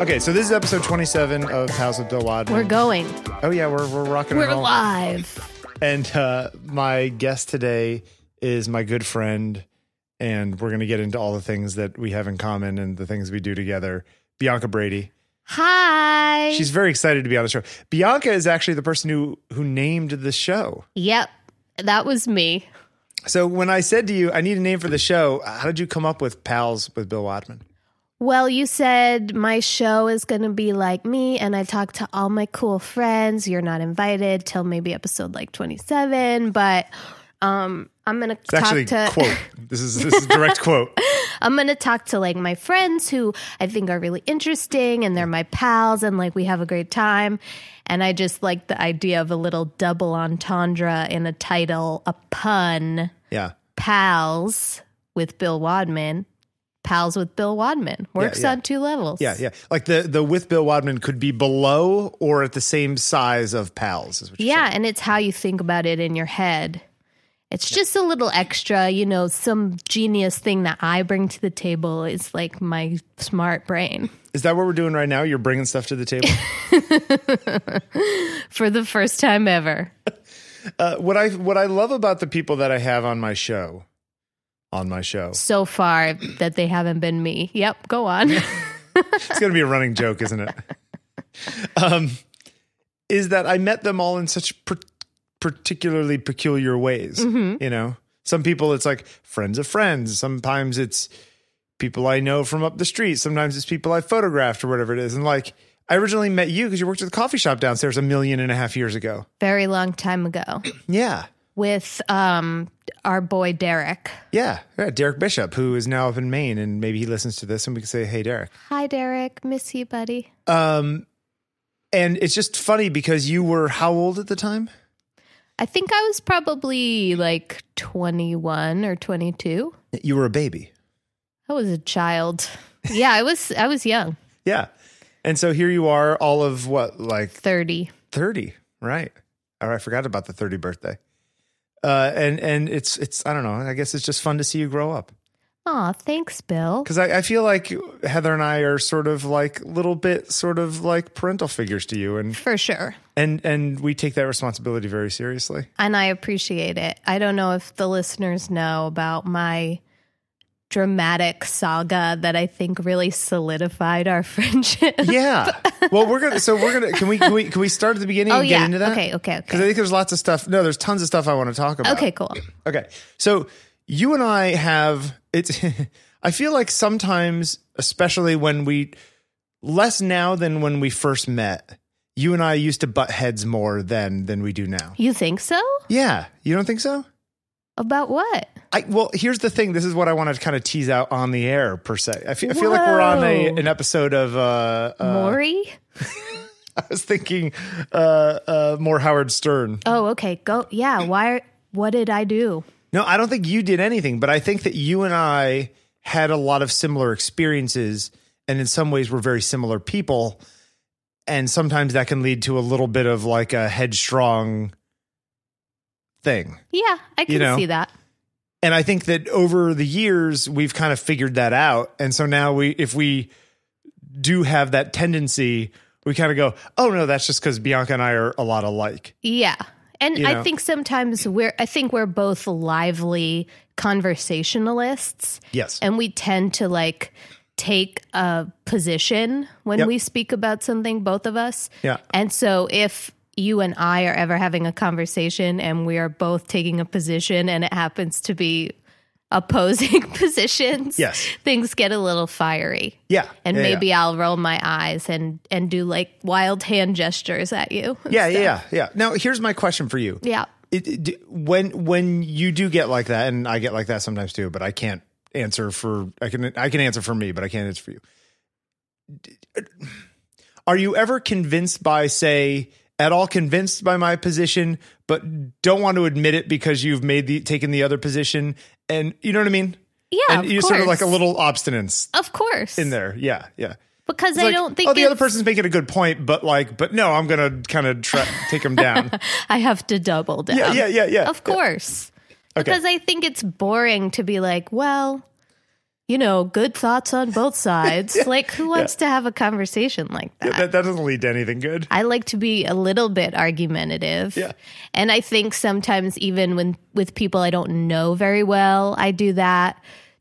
Okay, so this is episode 27 of House of Dill Wadman. We're going. oh yeah, we're we're rocking We're and rolling. live. And uh, my guest today is my good friend, and we're going to get into all the things that we have in common and the things we do together. Bianca Brady. Hi. She's very excited to be on the show. Bianca is actually the person who who named the show. yep. That was me. So when I said to you, I need a name for the show, how did you come up with Pals with Bill Wadman? Well, you said my show is going to be like me, and I talk to all my cool friends. You're not invited till maybe episode like 27, but um, I'm going to It's talk actually to. quote. This is this is a direct quote. I'm going to talk to like my friends who I think are really interesting and they're my pals and like we have a great time. And I just like the idea of a little double entendre in a title, a pun, Yeah. pals with Bill Wadman. Pals with Bill Wadman works yeah. on two levels. Yeah, yeah. Like the the with Bill Wadman could be below or at the same size of Pals. Is what you're Yeah, and it's how you think about it in your head. It's just a little extra, you know, some genius thing that I bring to the table is like my smart brain. Is that what we're doing right now? You're bringing stuff to the table. for the first time ever. uh, what I what I love about the people that I have on my show, on my show, So far that they haven't been me. Yep, go on. it's going to be a running joke, isn't it? Um, is that I met them all in such par- particularly peculiar ways. You know, some people it's like friends of friends. Sometimes it's people I know from up the street. Sometimes it's people I photographed or whatever it is. And like, I originally met you because you worked at the coffee shop downstairs a million and a half years ago. Very long time ago Yeah. with um our boy Derek. Yeah, yeah, Derek Bishop, who is now up in Maine, and maybe he listens to this, and we can say, "Hey, Derek." Hi Derek, miss you buddy. Um, and it's just funny because you were how old at the time? I think I was probably like 21 or 22. You were a baby. I was a child. Yeah, I was I was young. Yeah, and so here you are, all of what, like 30. thirty, right? Or I forgot about the thirty birthday. Uh, and and it's it's I don't know. I guess it's just fun to see you grow up Aw, thanks, Bill. because I, I feel like Heather and I are sort of like little bit sort of like parental figures to you, and For sure. and and we take that responsibility very seriously. and I appreciate it. I don't know if the listeners know about my dramatic saga that I think really solidified our friendship. Yeah. Well, we're gonna. So we're gonna. Can we? Can we? Can we start at the beginning oh and yeah. get into that? Okay, okay, Because I okay. think there's lots of stuff. No, there's tons of stuff I want to talk about. Okay, cool. Okay. So you and I have it's I feel like sometimes, especially when we less now than when we first met, you and I used to butt heads more than than we do now. You think so? Yeah. You don't think so? About what? I well, here's the thing. This is what I want to kind of tease out on the air per se. I feel, I feel like we're on a, Whoa. an episode of uh, uh Maury? I was thinking uh uh more Howard Stern. Oh, okay. Go. Yeah, why what did I do? No, I don't think you did anything, but I think that you and I had a lot of similar experiences and in some ways we're very similar people. And sometimes that can lead to a little bit of like a headstrong thing. Yeah, I can know. see that. And I think that over the years we've kind of figured that out. And so now we if we do have that tendency, we kind of go, "Oh no, that's just cuz Bianca and I are a lot alike." Yeah. And You know. I think sometimes we're I think we're both lively conversationalists. Yes. and we tend to like take a position when Yep. we speak about something both of us Yeah. and so if you and i are ever having a conversation and we are both taking a position and it happens to be opposing positions Yes. things get a little fiery Yeah. and Yeah, yeah. maybe i'll roll my eyes and and do like wild hand gestures at you Yeah, yeah, yeah, yeah. Now, here's my question for you. yeah It, it- d- when when you do get like that, and I get like that sometimes too, but I can't answer for I can I can answer for me, but I can't answer for you. D- uh, Are you ever convinced by say at all convinced by my position, but don't want to admit it because you've made the taken the other position, and you know what I mean? yeah and of you sort of course. like a little obstinance of course in there. Yeah, yeah. because I Like, don't think oh, the other it's- person's making a good point, but like, but no, I'm gonna kind of tra- take him down. I have to double down. yeah, yeah, yeah, yeah. Of course. Okay. Because I think it's boring to be like, well, you know, good thoughts on both sides. Like, who wants to have a conversation like that? that, that doesn't lead to anything good. I like to be a little bit argumentative. Yeah. And I think sometimes even when with people I don't know very well, I do that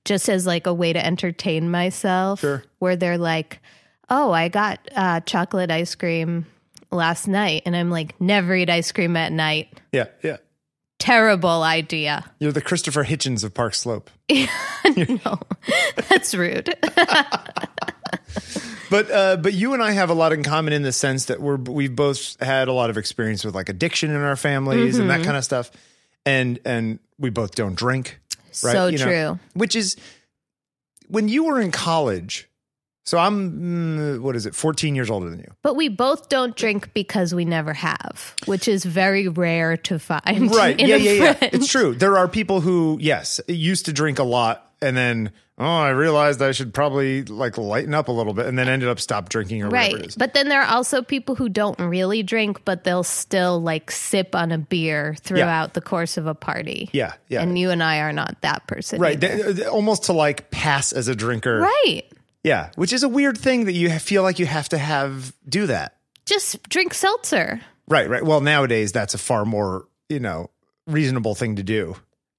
just as like a way to entertain myself. Sure. Where they're like, Oh, I got uh, chocolate ice cream last night and I'm like, never eat ice cream at night. Yeah, yeah. Terrible idea. You're the Christopher Hitchens of Park Slope. no. That's rude. But uh, but you and I have a lot in common in the sense that we're we've both had a lot of experience with like addiction in our families and that Mm-hmm. kind of stuff, and and we both don't drink. Right? So You know, true. Which is when you were in college. So I'm mm, what is it? 14 years older than you. But we both don't drink because we never have, which is very rare to find. right in yeah a yeah yeah friend. it's true there are people who yes used to drink a lot and then oh i realized i should probably like lighten up a little bit and then ended up stop drinking or whatever it Right. is But then there are also people who don't really drink, but they'll still like sip on a beer throughout the course of a party. yeah yeah And you and I are not that person. right either. th- th- almost to like pass as a drinker Right. yeah which is a weird thing that you ha- feel like you have to have do that Just drink seltzer. right right well nowadays that's a far more you know reasonable thing to do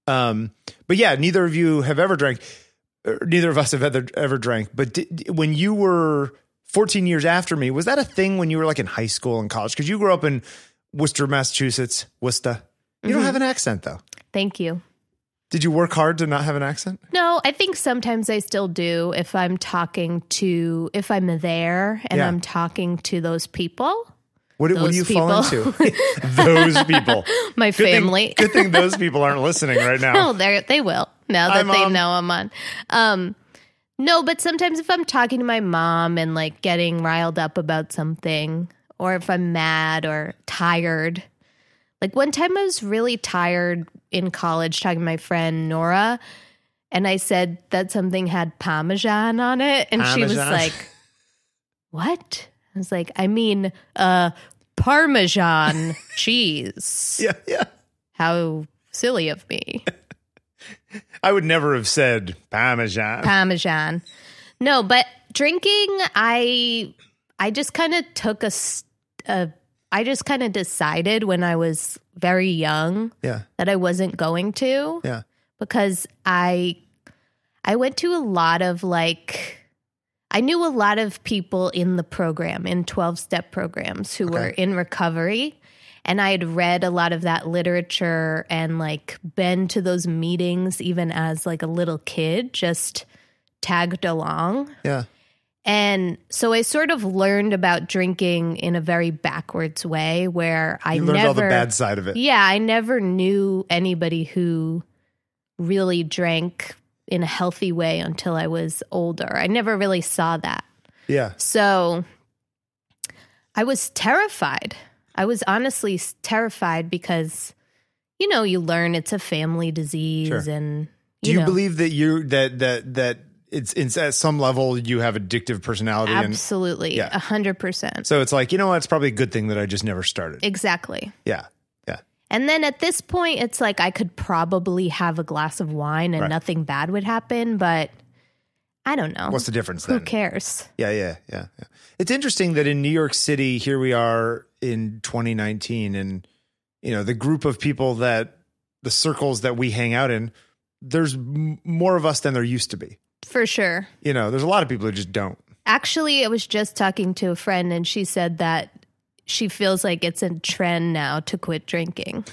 um but yeah neither of you have ever drank er, neither of us have ever ever drank but di- di- when you were 14 years after me was that a thing when you were like in high school and college because you grew up in worcester massachusetts worcester you Mm-hmm. don't have an accent though Thank you. did you work hard to not have an accent No, I think sometimes I still do if I'm talking to, if I'm there and Yeah. I'm talking to those people, what, do- what do you Those fall into those people my Good thing- family. good thing those people aren't listening right now Oh, they they will now that Hi, they Mom. know I'm on. Um, no, but sometimes if I'm talking to my mom and like getting riled up about something, or if I'm mad or tired, like one time I was really tired in college talking to my friend Nora, and I said that something had parmesan on it, and she was Parmesan. like, "What?" I was like, "I mean, uh, parmesan cheese." yeah yeah How silly of me. I would never have said Parmesan. parmesan. No, but drinking, I I just kind of took a, s- a I just kind of decided when I was very young yeah, that I wasn't going to yeah, because I I went to a lot of like I knew a lot of people in the program in 12 step programs who were in recovery and I had read a lot of that literature and like been to those meetings even as like a little kid just tagged along yeah. and so I sort of learned about drinking in a very backwards way where I You learned never all the bad side of it. yeah, I never knew anybody who really drank in a healthy way until I was older. I never really saw that. Yeah, So I was terrified. I was honestly s- terrified because you know, you learn it's a family disease Sure. and Do you, you know, believe that you that that that it's, it's at some level you have addictive personality, and absolutely yeah. a 100%. so it's like you know what? It's probably a good thing that I just never started. Exactly. yeah, yeah, And then at this point, it's like I could probably have a glass of wine and Right. nothing bad would happen, but I don't know. What's the difference Who then? cares? Yeah, yeah, yeah, yeah. It's interesting that in New York City, here we are in 2019, and you know the group of people that the circles that we hang out in, there's m- more of us than there used to be. For sure. You know, there's a lot of people who just don't. Actually, I was just talking to a friend and she said that she feels like it's a trend now to quit drinking.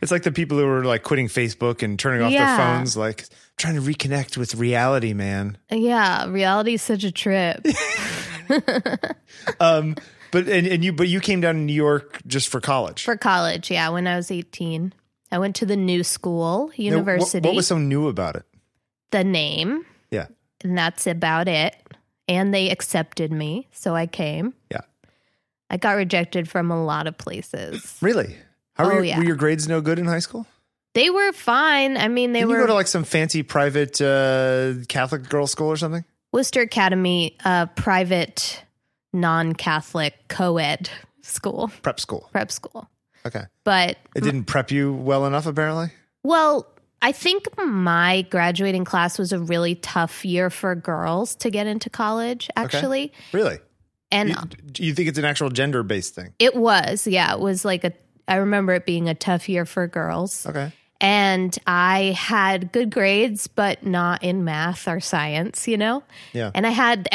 It's like the people who were like quitting Facebook and turning off their Yeah. phones, like trying to reconnect with reality, man. yeah, reality's such a trip. Um, but and, and you but you came down to New York just for college. For college, yeah, when I was 18, I went to the new school, Now, what- university, What, was so new about it? the name, Yeah, and that's about it. And they accepted me, so I came. yeah. I got rejected from a lot of places. Really? How were, Oh, your, yeah. were your grades no good in high school? They were fine. I mean, they Did you were go to like some fancy private uh, Catholic girls' school or something? Worcester Academy, a private, non Catholic co ed school, Prep school. prep school. Okay. But, It didn't prep you well enough, apparently. well, I think my graduating class was a really tough year for girls to get into college, actually. Really? And You, do you think it's an actual gender based thing? it was, yeah, it was like a, I remember it being a tough year for girls. Okay. And I had good grades, but not in math or science, you know? Yeah. And I had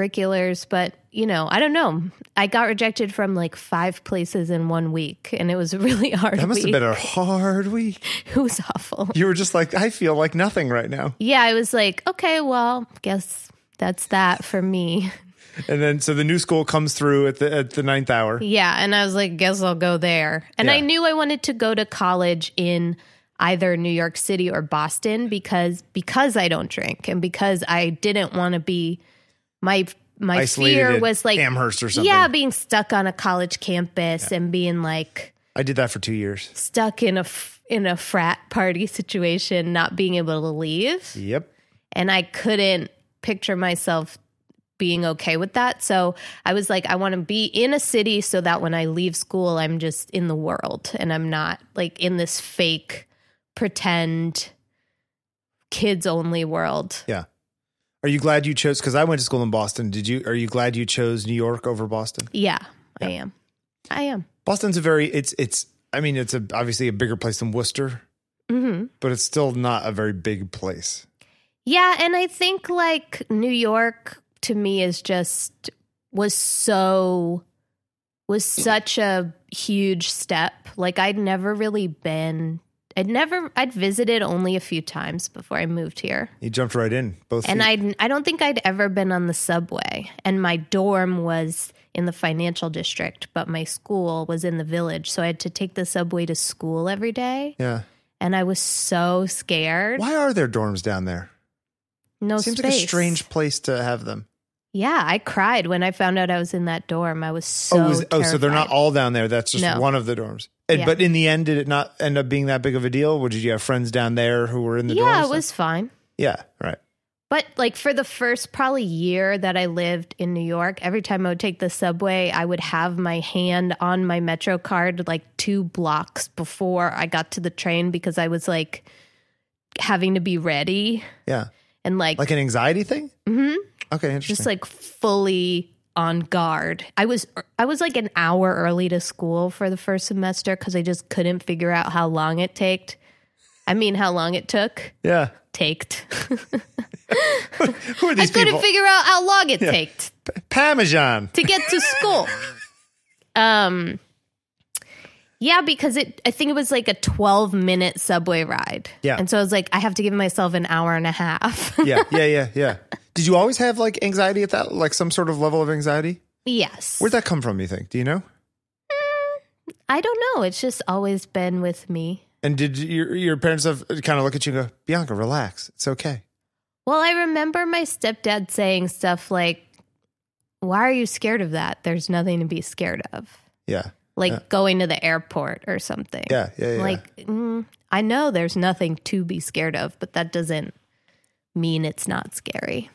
extracurriculars, but you know, I don't know. I got rejected from like five places in one week, and it was a really hard. That must week. have been a hard week. It was awful. You were just like, I feel like nothing right now. Yeah, I was like, okay, well, guess that's that for me. And then, so the new school comes through at the at the ninth hour. Yeah, and I was like, guess I'll go there. And I Yeah. knew I wanted to go to college in either New York City or Boston because because I don't drink and because I didn't want to be my my Isolated fear at was like Amherst or something. Yeah, being stuck on a college campus and being like I did that for two years. stuck in a f- in a frat party situation, not being able to leave, Yep. and I couldn't picture myself being okay with that. So I was like, I want to be in a city so that when I leave school, I'm just in the world and I'm not like in this fake pretend kids only world. Yeah. Are you glad you chose? Because I went to school in Boston. Did you? Are you glad you chose New York over Boston? Yeah, I am. I am. Boston's a very. It's it's. I mean, it's a obviously a bigger place than Worcester, hmm but it's still not a very big place. Yeah, and I think like New York to me is just was so was Mm. such a huge step. Like I'd never really been I'd never I'd visited only a few times before I moved here. You jumped right in both. And feet. I I don't think I'd ever been on the subway and my dorm was in the financial district, but my school was in the village, so I had to take the subway to school every day Yeah. and I was so scared. Why are there dorms down there? No Seems space. like a strange place to have them. Yeah, I cried when I found out I was in that dorm. I was so. oh, was, oh, so they're not terrified. all down there. That's just No. one of the dorms. And, Yeah. But in the end, did it not end up being that big of a deal? Or did you have friends down there who were in the dorms? yeah, it was fine. Yeah, right. But like for the first probably year that I lived in New York, every time I would take the subway, I would have my hand on my Metro card like two blocks before I got to the train because I was like having to be ready Yeah, and like, like an anxiety thing. Mhm. Okay, interesting. just like fully on guard. I was I was like an hour early to school for the first semester cuz I just couldn't figure out how long it taked. I mean, how long it took. yeah. Taked. Who are I these couldn't people? figure out how long it taked Parmesan. to get to school. um yeah, because it I think it was like a 12 minute subway ride. Yeah. And so I was like I have to give myself an hour and a half. Yeah, yeah, yeah, yeah. Did you always have like anxiety at that, like some sort of level of anxiety? yes. Where'd that come from? You think? Do you know? I don't know. It's just always been with me. And did your your parents have kind of look at you and go, Bianca, relax, it's okay. Well, I remember my stepdad saying stuff like, Why are you scared of that? There's nothing to be scared of. Yeah, Like Yeah. going to the airport or something. yeah, yeah, yeah. Like, mm, I know there's nothing to be scared of, but that doesn't mean it's not scary.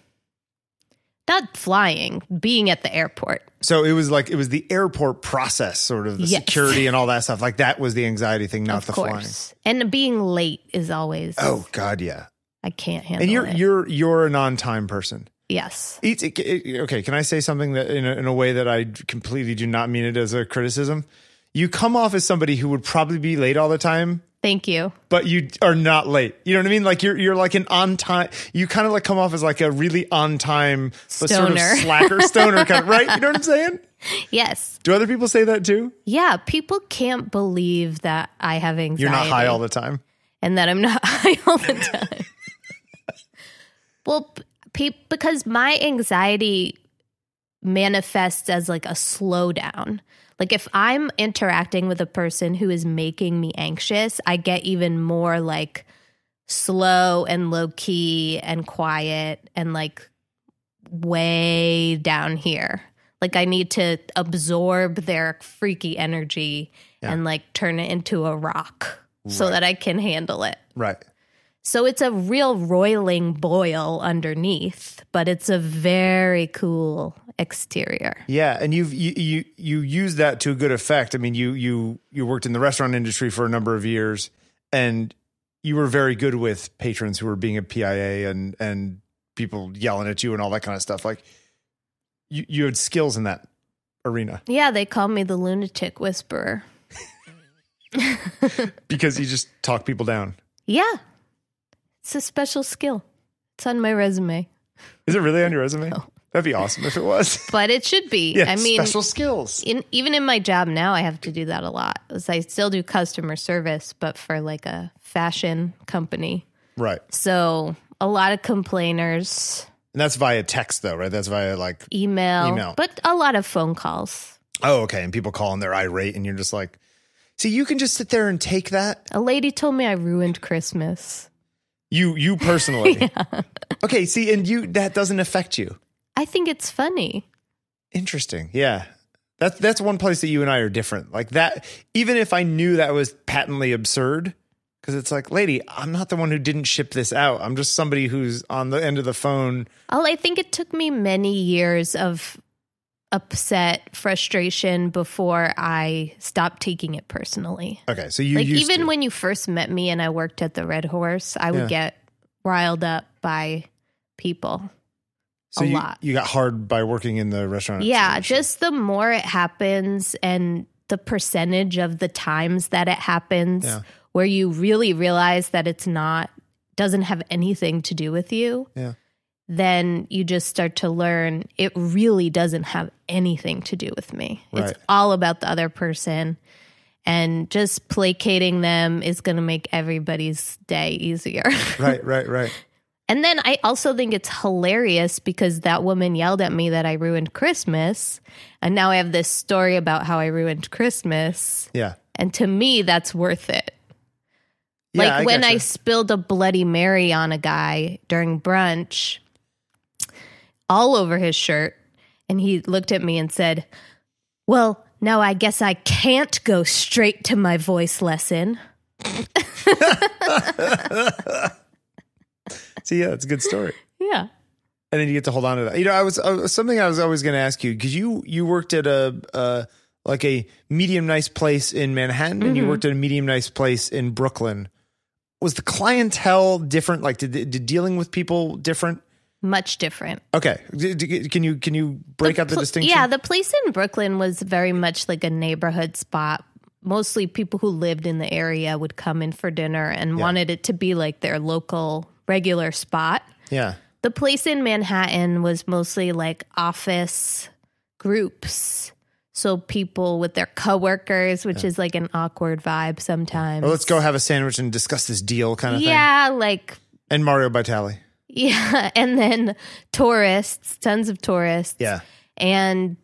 Not flying, being at the airport. so it was like it was the airport process, sort of the Yes. security and all that stuff. Like that was the anxiety thing, not of the flying. course. And being late is always, Oh God, yeah. I can't handle And you're it. you're you're a non time person. yes. It's, it, it- okay, can I say something that in a, in a way that I completely do not mean it as a criticism? You come off as somebody who would probably be late all the time, Thank you. but you are not late. You know what I mean? Like you're you're like an on time. You kind of like come off as like a really on time, but sort of Stoner. slacker stoner kind, of, right? You know what I'm saying? Yes. Do other people say that too? Yeah, people can't believe that I have anxiety. You're not high all the time. and that I'm not high all the time. well, pe- because my anxiety manifests as like a slowdown. Like if I'm interacting with a person who is making me anxious, I get even more like slow and low key and quiet and like way down here. Like I need to absorb their freaky energy Yeah. and like turn it into a rock so Right. that I can handle it. Right. So it's a real roiling boil underneath, but it's a very cool exterior. Yeah, and you've you you you use that to a good effect. I mean, you you you worked in the restaurant industry for a number of years, and you were very good with patrons who were being a PIA and and people yelling at you and all that kind of stuff. Like you you had skills in that arena Yeah, they call me the lunatic whisperer. because you just talk people down. Yeah. It's a special skill. It's on my resume. Is it really on your resume? That'd be awesome if it was. But it should be. yeah, I mean, special skills. in, even in my job now, I have to do that a lot. 'cause I still do customer service, but for like a fashion company. Right. So a lot of complainers, And that's via text though, right? That's via like email, Email. but a lot of phone calls. oh okay, and people call and they're irate and you're just like See, you can just sit there and take that A lady told me I ruined Christmas. You you personally. Okay, see, and you that doesn't affect you. I think it's funny. Interesting. Yeah. That's that's one place that you and I are different. Like that even if I knew that was patently absurd, because it's like, lady, I'm not the one who didn't ship this out. I'm just somebody who's on the end of the phone. Well, I think it took me many years of upset, frustration before I stopped taking it personally. Okay, so you like used even to. when you first met me and I worked at the Red Horse, I would Yeah. get riled up by people. so a you, lot. you got hard by working in the restaurant. Yeah, industry. just the more it happens and the percentage of the times that it happens Yeah. where you really realize that it's not doesn't have anything to do with you. Yeah. Then you just start to learn it really doesn't have anything to do with me. Right. It's all about the other person. And just placating them is going to make everybody's day easier. right, right, right. And then I also think it's hilarious because that woman yelled at me that I ruined Christmas. And now I have this story about how I ruined Christmas. Yeah. And to me, that's worth it. Yeah, like when I gotcha. spilled a Bloody Mary on a guy during brunch, all over his shirt. And he looked at me and said, Well, now I guess I can't go straight to my voice lesson. See, yeah, it's a good story. Yeah. and then you get to hold on to that. You know, I was uh, something I was always going to ask you because you you worked at a uh, like a medium nice place in Manhattan, and Mm-hmm. you worked at a medium nice place in Brooklyn. Was the clientele different? Like, did, did dealing with people different? Much different. Okay, D- d- can you can you break out the pl- distinction? Yeah, the place in Brooklyn was very much like a neighborhood spot. Mostly people who lived in the area would come in for dinner and wanted it to be like their local regular spot. yeah, The place in Manhattan was mostly like office groups. So people with their coworkers, which is like an awkward vibe sometimes. well, let's go have a sandwich and discuss this deal kind of Oh, thing. yeah, like And Mario Batali. yeah, and then tourists, tons of tourists. Yeah, and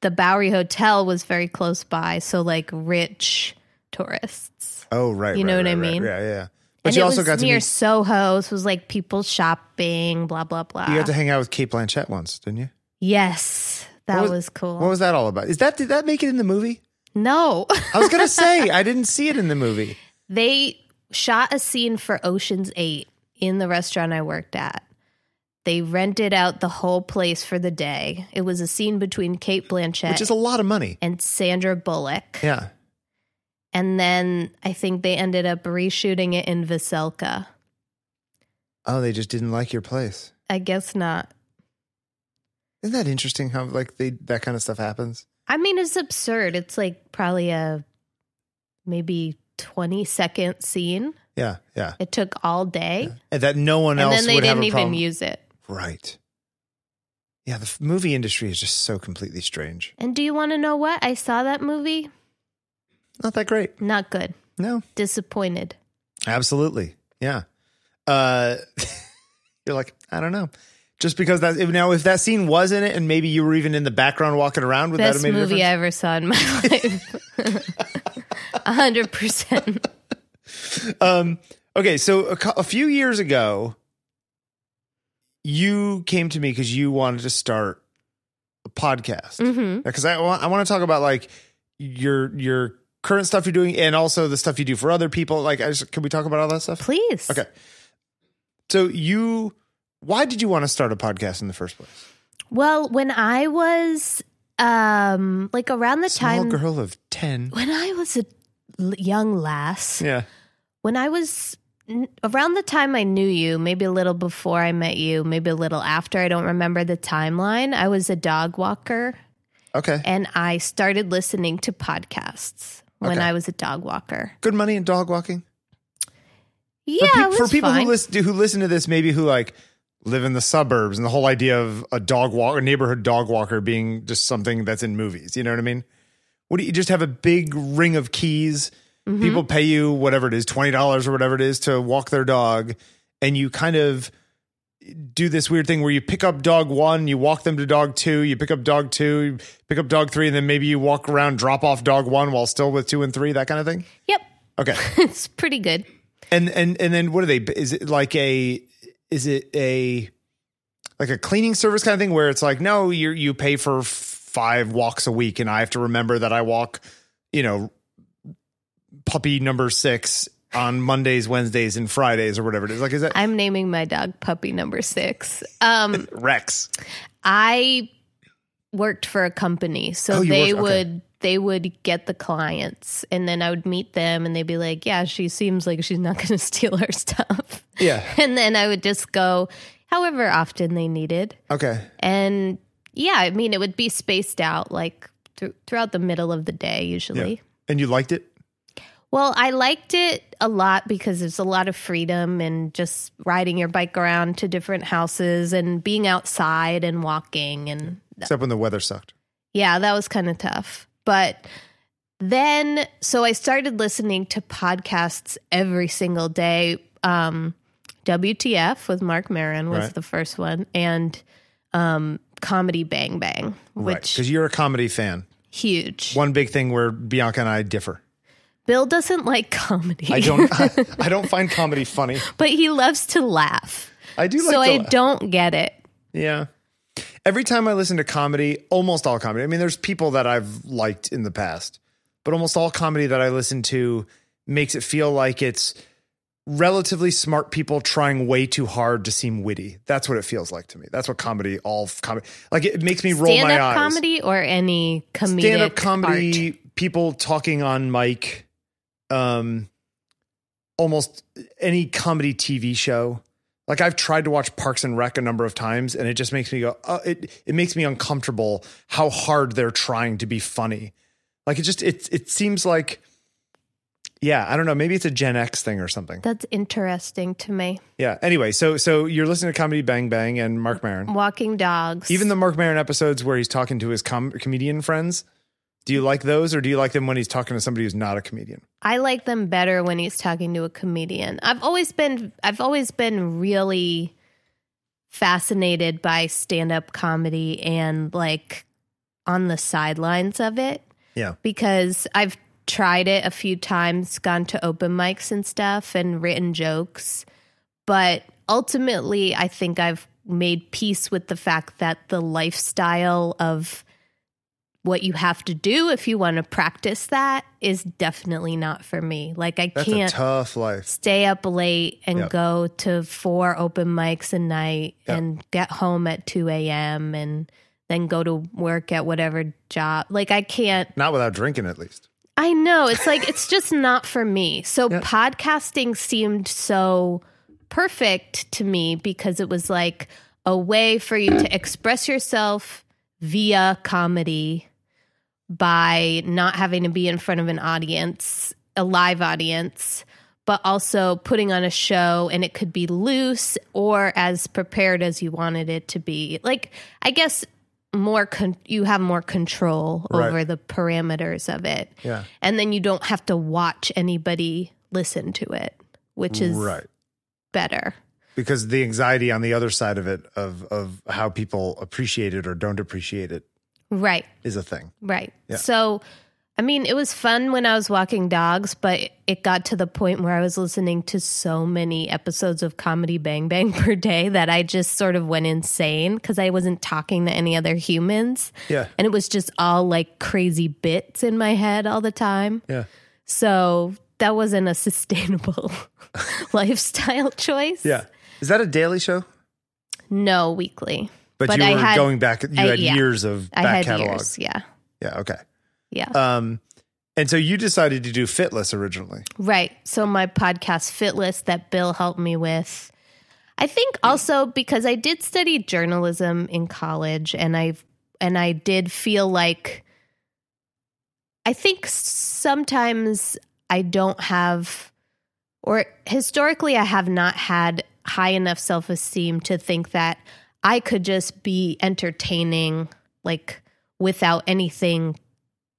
the Bowery Hotel was very close by, so like rich tourists. Oh right, You right, know what right, I right. mean? Yeah, yeah, yeah. But and you it also was got to near meet, Soho, so it was like people shopping, blah blah blah. you got to hang out with Kate Blanchett once, didn't you? yes, that What was- was, cool. What was that all about? Is that did that make it in the movie? no, I was gonna say I didn't see it in the movie. they shot a scene for Ocean's Eight in the restaurant I worked at. They rented out the whole place for the day. It was a scene between Kate Blanchett which is a lot of money. and Sandra Bullock. Yeah. And then I think they ended up reshooting it in Veselka. Oh, they just didn't like your place. I guess not. Isn't that interesting? How like they that kind of stuff happens. I mean, it's absurd. It's like probably a maybe 20 second scene. Yeah, yeah. It took all day. And that no one And else then they would have didn't a even problem. use it. right. Yeah, the f- movie industry is just so completely strange. And do you want to know what? I saw that movie. Not that great. Not good. No, Disappointed. absolutely. Yeah. Uh, you're like, I don't know. Just because that if, now, if that scene was in it, and maybe you were even in the background walking around, would that have Best made a movie difference? I ever saw in my life. 100%. um, okay, so a, cou- a few years ago, you came to me because you wanted to start a podcast hmm because I want I want to talk about like your your current stuff you're doing and also the stuff you do for other people. Like, I just, can we talk about all that stuff? Please. Okay. So you, why did you want to start a podcast in the first place? Well, when I was um like around the Small time girl of ten. when I was a l- young lass, Yeah. when I was n- around the time I knew you, maybe a little before I met you, maybe a little after, I don't remember the timeline. I was a dog walker Okay. and I started listening to podcasts when Okay. I was a dog walker. Good money in dog walking. for, Yeah, it peop- for was people fine. who listen who listen to this, maybe who like live in the suburbs, and the whole idea of a dog walk, a neighborhood dog walker, being just something that's in movies. You know what I mean? What do you just have a big ring of keys? Mm-hmm. People pay you whatever it is, twenty dollars or whatever it is, to walk their dog, and you kind of do this weird thing where you pick up dog one, you walk them to dog two, you pick up dog two, you pick up dog three, and then maybe you walk around, drop off dog one while still with two and three, that kind of thing. Yep, Okay. it's pretty good. And and and then what are they? Is it like a? Is it a? Like a cleaning service kind of thing where it's like, no, you you pay for f- five walks a week, and I have to remember that I walk, you know, puppy number six on Mondays, Wednesdays, and Fridays or whatever it is. Like, is that I'm naming my dog puppy number six. Um, Rex? I worked for a company, so Oh, you they worked- okay. would they would get the clients, and then I would meet them, and they'd be like, "Yeah, she seems like she's not going to steal our stuff," Yeah. and then I would just go, however often they needed, Okay. and yeah, I mean, it would be spaced out like th- throughout the middle of the day Yeah. usually. And you liked it? Well, I liked it a lot because there's a lot of freedom and just riding your bike around to different houses and being outside and walking and Except when the weather sucked. yeah, that was kind of tough. But then, so I started listening to podcasts every single day. Um, WTF with Mark Marin was Right. the first one, and um, Comedy Bang Bang, Right. which Because you're a comedy fan. huge. One big thing where Bianca and I differ. Bill doesn't like comedy, I don't I don't find comedy funny. but he loves to laugh. I do like so to I laugh. don't get it. Yeah. Every time I listen to comedy, almost all comedy, I mean, there's people that I've liked in the past, but almost all comedy that I listen to makes it feel like it's relatively smart people trying way too hard to seem witty. That's what it feels like to me. That's what comedy, all f- comedy, like it makes me roll Stand my up eyes. comedy or any comedic Stand up art. comedy, people talking on mic, um, almost any comedy TV show. Like I've tried to watch Parks and Rec a number of times, and it just makes me go. Uh, it it makes me uncomfortable how hard they're trying to be funny. Like it just it it seems like, yeah, I don't know. Maybe it's a Gen X thing or something. That's interesting to me. Yeah. Anyway, so so you're listening to Comedy Bang Bang and Mark Maron. Walking dogs. Even the Mark Maron episodes where he's talking to his com- comedian friends. Do you like those, or do you like them when he's talking to somebody who's not a comedian? I like them better when he's talking to a comedian. I've always been I've always been really fascinated by stand-up comedy and like on the sidelines of it Yeah. because I've tried it a few times, gone to open mics and stuff and written jokes, but ultimately I think I've made peace with the fact that the lifestyle of what you have to do if you want to practice that is definitely not for me. Like I That's can't a tough life. stay up late and Yep. go to four open mics a night Yep. and get home at 2 a.m. and then go to work at whatever job. Like, I can't. Not without drinking, at least. I know. It's like, it's just not for me. So, Yep. podcasting seemed so perfect to me because it was like a way for you to express yourself via comedy by not having to be in front of an audience, a live audience, but also putting on a show and it could be loose or as prepared as you wanted it to be. Like, I guess more con- you have more control Right. over the parameters of it. Yeah. And then you don't have to watch anybody listen to it, which is Right. better. Because the anxiety on the other side of it, of of how people appreciate it or don't appreciate it, Right. is a thing. Right. Yeah. So, I mean, it was fun when I was walking dogs, but it got to the point where I was listening to so many episodes of Comedy Bang Bang per day that I just sort of went insane because I wasn't talking to any other humans. Yeah. And it was just all like crazy bits in my head all the time. Yeah. So, that wasn't a sustainable lifestyle choice. Yeah. Is that a daily show? No, weekly. But, But you I were had- going back. You I- had yeah. years of I back had catalog. years. Yeah. Yeah. Okay. Yeah. Um, and so you decided to do Fitless originally. Right. So my podcast fit list that Bill helped me with. I think also because I did study journalism in college and I and I did feel like I think sometimes I don't have or historically I have not had high enough self-esteem to think that I could just be entertaining like without anything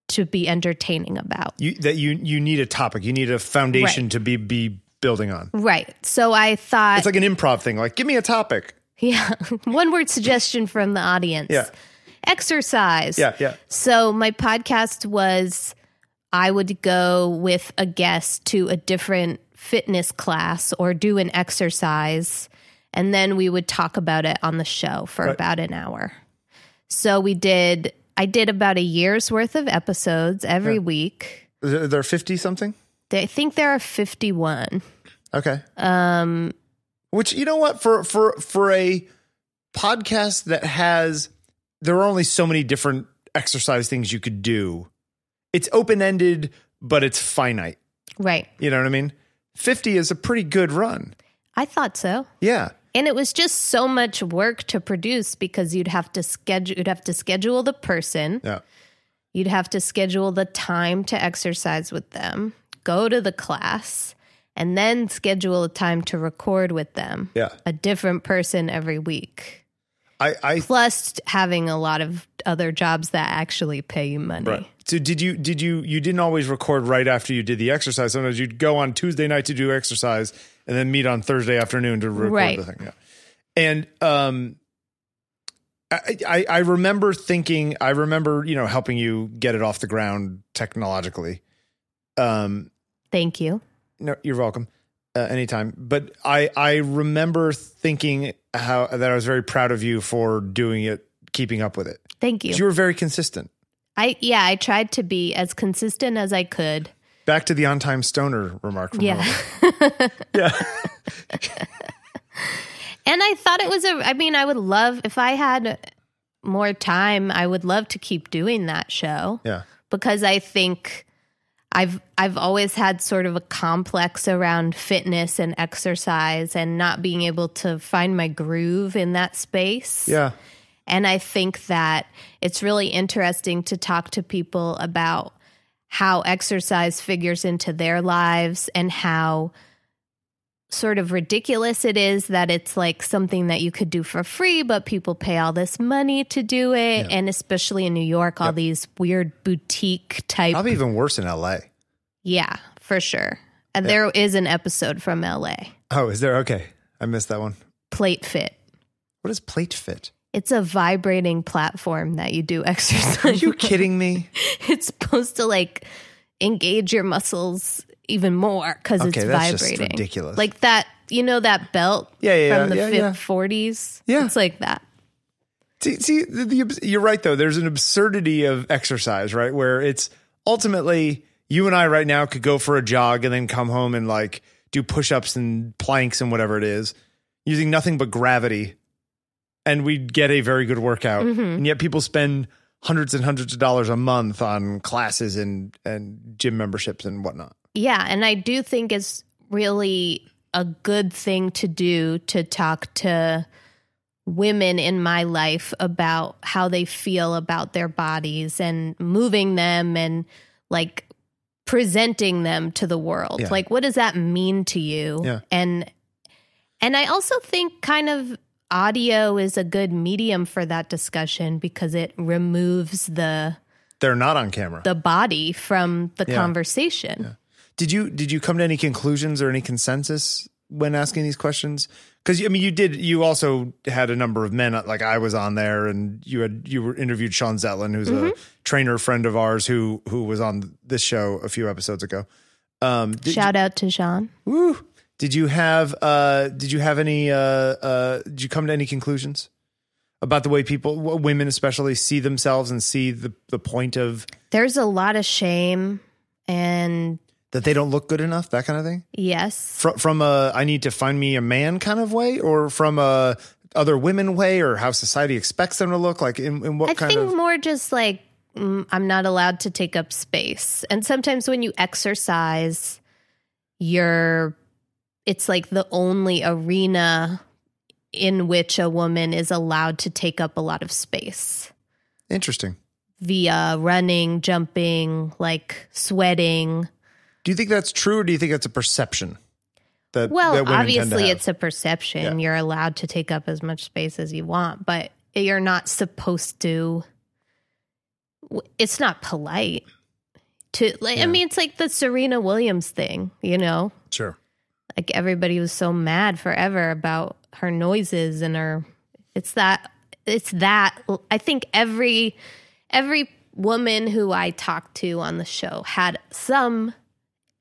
to be entertaining about. You that you you need a topic. You need a foundation to be be building on. Right. So I thought It's like an improv thing. Like, give me a topic. Yeah. One word suggestion from the audience. Yeah. Exercise. Yeah. Yeah. So my podcast was I would go with a guest to a different fitness class or do an exercise and then we would talk about it on the show for Right. about an hour. So we did I did about a year's worth of episodes every week. There there are fifty something. I think there are 51. Okay. Um Which you know what for for for a podcast that has there are only so many different exercise things you could do. It's open ended, but it's finite. right. You know what I mean? Fifty is a pretty good run. I thought so. Yeah. And it was just so much work to produce because you'd have to schedule you'd have to schedule the person, Yeah. you'd have to schedule the time to exercise with them, go to the class, and then schedule a time to record with them. Yeah. A different person every week. I I Plus having a lot of other jobs that actually pay you money. So did you did you you didn't always record right after you did the exercise. Sometimes you'd go on Tuesday night to do exercise and then meet on Thursday afternoon to record Right. the thing. Yeah. And um I, I I remember thinking I remember, you know, helping you get it off the ground technologically. Um Thank you. no, you're welcome. Uh, anytime. But I I remember thinking how that I was very proud of you for doing it, keeping up with it. Thank you. You were very consistent. I yeah, I tried to be as consistent as I could. Back to the on time stoner remark from Yeah. earlier. Yeah. And I thought it was a, I mean, I would love, if I had more time, I would love to keep doing that show Yeah. because I think. I've I've always had sort of a complex around fitness and exercise and not being able to find my groove in that space. Yeah. And I think that it's really interesting to talk to people about how exercise figures into their lives and how sort of ridiculous it is that it's like something that you could do for free, but people pay all this money to do it. And especially in New York, all these weird boutique type. Probably even worse in LA. yeah, for sure. And there is an episode from LA, Oh, is there? Okay. I missed that one. Plate Fit. What is plate fit? It's a vibrating platform that you do exercise. Are you kidding me? it's supposed to like engage your muscles even more because Okay, it's that's just vibrating. ridiculous. Like that, you know that belt Yeah, yeah, from the yeah, fif- yeah. 40s? Yeah. It's like that. See, see the, the, abs- you're right, though. There's an absurdity of exercise, right? Where it's ultimately you and I right now could go for a jog and then come home and like do push ups and planks and whatever it is using nothing but gravity. And we'd get a very good workout. And yet people spend hundreds and hundreds of dollars a month on classes and, and gym memberships and whatnot. Yeah, and I do think it's really a good thing to do to talk to women in my life about how they feel about their bodies and moving them and like presenting them to the world. Yeah. Like what does that mean to you? Yeah. And and I also think kind of audio is a good medium for that discussion because it removes the They're not on camera. the body from the Yeah. conversation. Did you did you come to any conclusions or any consensus when asking these questions? Because I mean, you did. You also had a number of men. uh, Like I was on there, and you had you were interviewed Sean Zetlin, who's a trainer friend of ours who who was on this show a few episodes ago. Um, did, Shout out to Jean. woo. did you have uh, did you have any uh, uh, did you come to any conclusions about the way people w- women especially see themselves and see the the point of There's a lot of shame and that they don't look good enough, that kind of thing? Yes. Fr- from a I need to find me a man kind of way or from a other women way or how society expects them to look like in, in what I kind think of more just like mm, I'm not allowed to take up space. And sometimes when you exercise, you're it's like the only arena in which a woman is allowed to take up a lot of space interesting. via running, jumping, like sweating. Do you think that's true or do you think that's a perception? That, that Well, women tend to obviously have? it's a perception. Yeah. You're allowed to take up as much space as you want, but you're not supposed to w- it's not polite to like, Yeah. I mean it's like the Serena Williams thing, you know? sure. Like everybody was so mad forever about her noises and her it's that it's that I think every every woman who I talked to on the show had some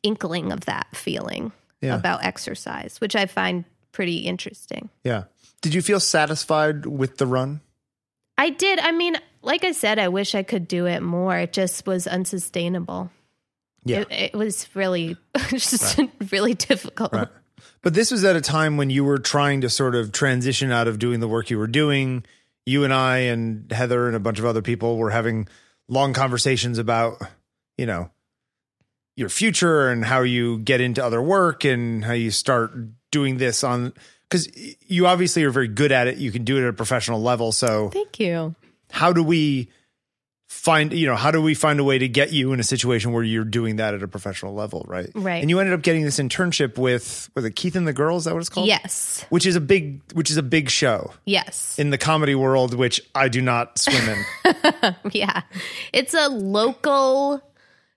inkling of that feeling Yeah. about exercise, which I find pretty interesting. Yeah. Did you feel satisfied with the run? I did. I mean, like I said, I wish I could do it more. It just was unsustainable. Yeah. It, it was really, just really difficult. Right. But this was at a time when you were trying to sort of transition out of doing the work you were doing. You and I and Heather and a bunch of other people were having long conversations about, you know, your future and how you get into other work and how you start doing this on because you obviously are very good at it. You can do it at a professional level. So Thank you. how do we find you know how do we find a way to get you in a situation where you're doing that at a professional level right Right. and you ended up getting this internship with was it keith and the girl is that what it's called Yes. which is a big which is a big show Yes. in the comedy world which i do not swim in yeah. It's a local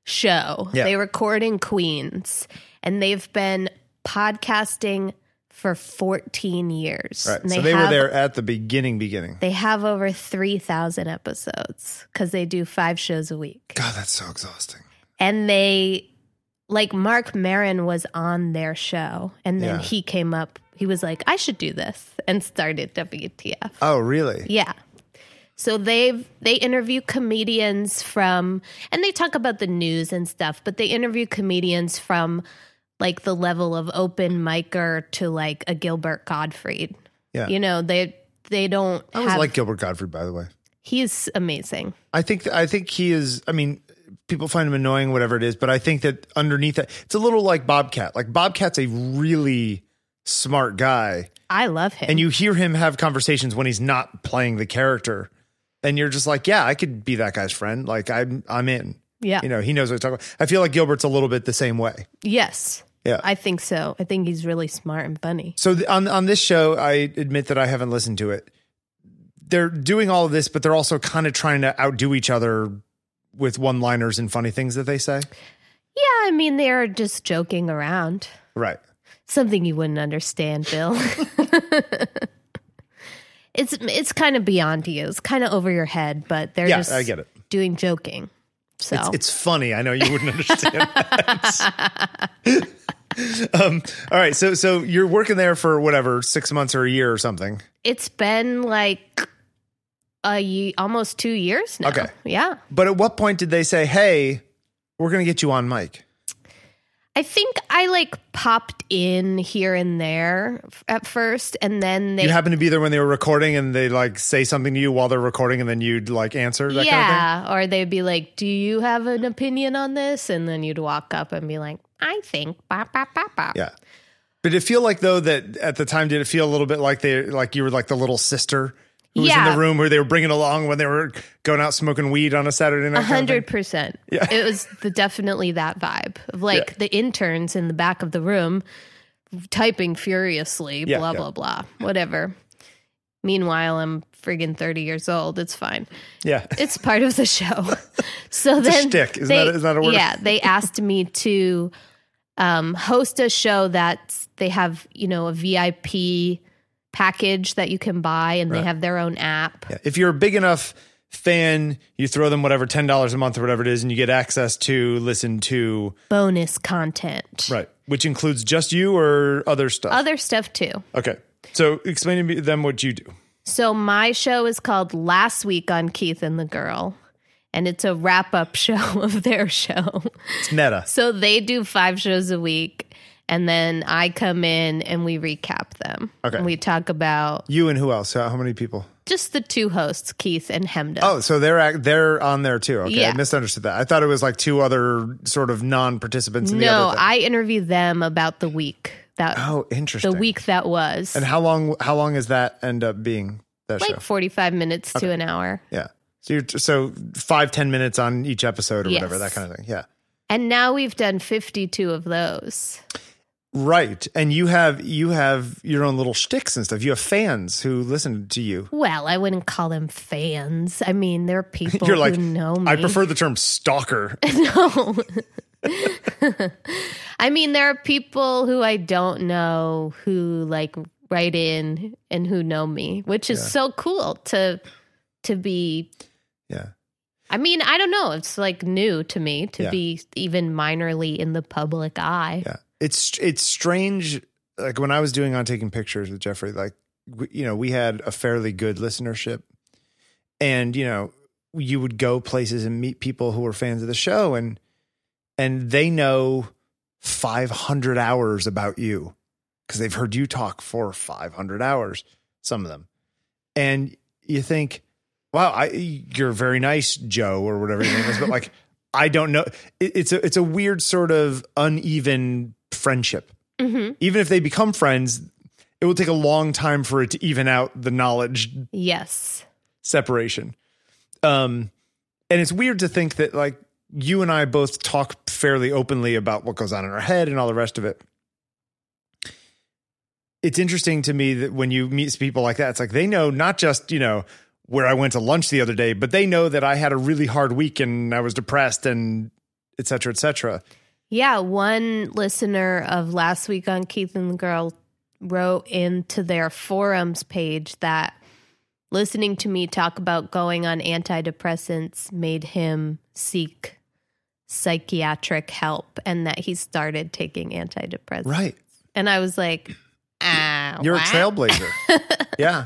show. Yeah. They record in Queens and they've been podcasting for 14 years. right And so they were have there at the beginning beginning They have over 3,000 episodes because they do five shows a week. god that's so exhausting And they, like, Mark Marin was on their show. And then Yeah. he came up, he was like, I should do this and started WTF. oh really Yeah. So they've they interview comedians from and they talk about the news and stuff, but they interview comedians from like the level of open micer to like a Gilbert Gottfried. Yeah. You know, they they don't i was have like gilbert godfrey by the way He's amazing. I think I think he is. I mean, people find him annoying, whatever it is. But I think that underneath that, it's a little like Bobcat. Like Bobcat's a really smart guy, I love him. and you hear him have conversations when he's not playing the character, and you're just like, yeah, I could be that guy's friend. Like I'm, I'm in. yeah. You know, he knows what he's talking about. I feel like Gilbert's a little bit the same way. yes. Yeah. I think so. I think he's really smart and funny. So th- on on this show, I admit that I haven't listened to it. They're doing all of this, but they're also kind of trying to outdo each other with one-liners and funny things that they say. Yeah, I mean they're just joking around. Right. Something you wouldn't understand, Bill. it's it's kind of beyond you. It's kind of over your head, but they're Yeah, just I get it. doing joking. So It's funny. I know you wouldn't understand. that. um, all right. So so you're working there for whatever six months or a year or something. it's been like a ye- almost two years now. Okay. Yeah. But at what point did they say, "Hey, we're going to get you on mic"? I think I like popped in here and there f- at first, and then they You happened to be there when they were recording, and they like say something to you while they're recording, and then you'd like answer that kind of yeah, or they'd be like, "Do you have an opinion on this?" And then you'd walk up and be like, "I think." Bah, bah, bah, bah. thing. Yeah. But did it feel like though that at the time did it feel a little bit like they like you were like the little sister who was in Yeah. the room who they were bringing along when they were going out smoking weed on a Saturday night? A kind of thing? hundred percent. Yeah. It was the definitely that vibe of like Yeah. the interns in the back of the room typing furiously, Yeah, blah, yeah. blah, blah. Whatever. Meanwhile, I'm friggin' 30 years old. It's fine. Yeah. It's part of the show. So then shtick. Isn't they- that- isn't that a word? Yeah. They asked me to um, host a show that they have, you know, a VIP package that you can buy and they have their own app. Yeah. If you're a big enough fan, you throw them whatever ten dollars a month or whatever it is, and you get access to listen to Bonus content. right, which includes just you or other stuff. Other stuff too. okay, so explain to me them what you do. So my show is called Last Week on Keith and the Girl. and it's a wrap up show of their show. It's meta. So they do five shows a week, and then I come in and we recap them. Okay. And we talk about You and who else? How, how many people? just the two hosts, Keith and Hemda. Oh, so they're act- they're on there too. Okay, Yeah. I misunderstood that. I thought it was like two other sort of non-participants in the no, other thing. I interview them about the week that oh, the interesting. week that was, And how long how long does that end up being that like show? forty five minutes to an hour. Yeah. So you're so five ten minutes on each episode or whatever Yes. that kind of thing. Yeah. And now we've done fifty two of those. Right. And you have you have your own little shticks and stuff. You have fans who listen to you. Well, I wouldn't call them fans. I mean, they're people You're like who know Oh, me. I prefer the term stalker. no. I mean, there are people who I don't know who like write in and who know me, which is so cool to to be. yeah. I mean, I don't know. It's like new to me to Yeah. be even minorly in the public eye. Yeah. It's it's strange like when I was doing on taking pictures with Jeffrey like we, you know, we had a fairly good listenership. And you know, you would go places and meet people who were fans of the show and and they know 500 hours about you cuz they've heard you talk for 500 hours some of them. And you think, "Wow, I you're very nice, Joe or whatever your name is." But like I don't know. It, it's a it's a weird sort of uneven friendship. hmm Even if they become friends, it will take a long time for it to even out the knowledge Yes. separation. Um, and it's weird to think that like you and I both talk fairly openly about what goes on in our head and all the rest of it. It's interesting to me that when you meet people like that, it's like they know not just, you know, where I went to lunch the other day, but they know that I had a really hard week and I was depressed and et cetera, et cetera. Yeah, one listener of last week on Keith and the Girl wrote into their forums page that listening to me talk about going on antidepressants made him seek psychiatric help and that he started taking antidepressants. Right. And I was like, ah, You're what? a trailblazer. yeah.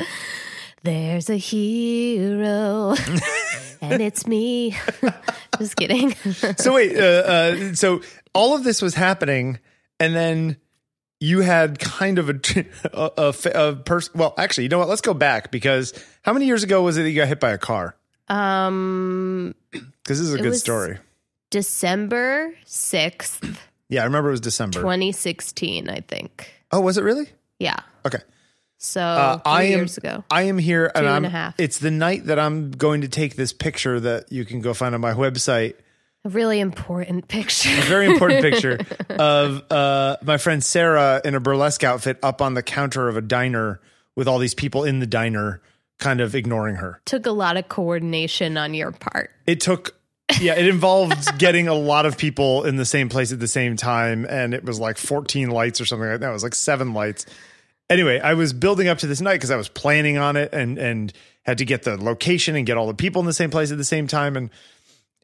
There's a hero and it's me. Just kidding. So wait, uh, uh, so all of this was happening, and then you had kind of a a, a, fa- a person. Well, actually, you know what? Let's go back because how many years ago was it that you got hit by a car? um Because this is a It good was- story. December 6th, Yeah, I remember it was December. 2016, I think. oh, was it really? Yeah. Okay. So Uh, three I am. years ago. I am here, and Two I'm. and a half. It's the night that I'm going to take this picture that you can go find on my website. A really important picture. A very important picture of uh, my friend Sarah in a burlesque outfit up on the counter of a diner with all these people in the diner kind of ignoring her. Took a lot of coordination on your part. It took, yeah, it involved getting a lot of people in the same place at the same time. And it was like 14 lights or something like that. It was like seven lights. Anyway, I was building up to this night because I was planning on it and, and had to get the location and get all the people in the same place at the same time. And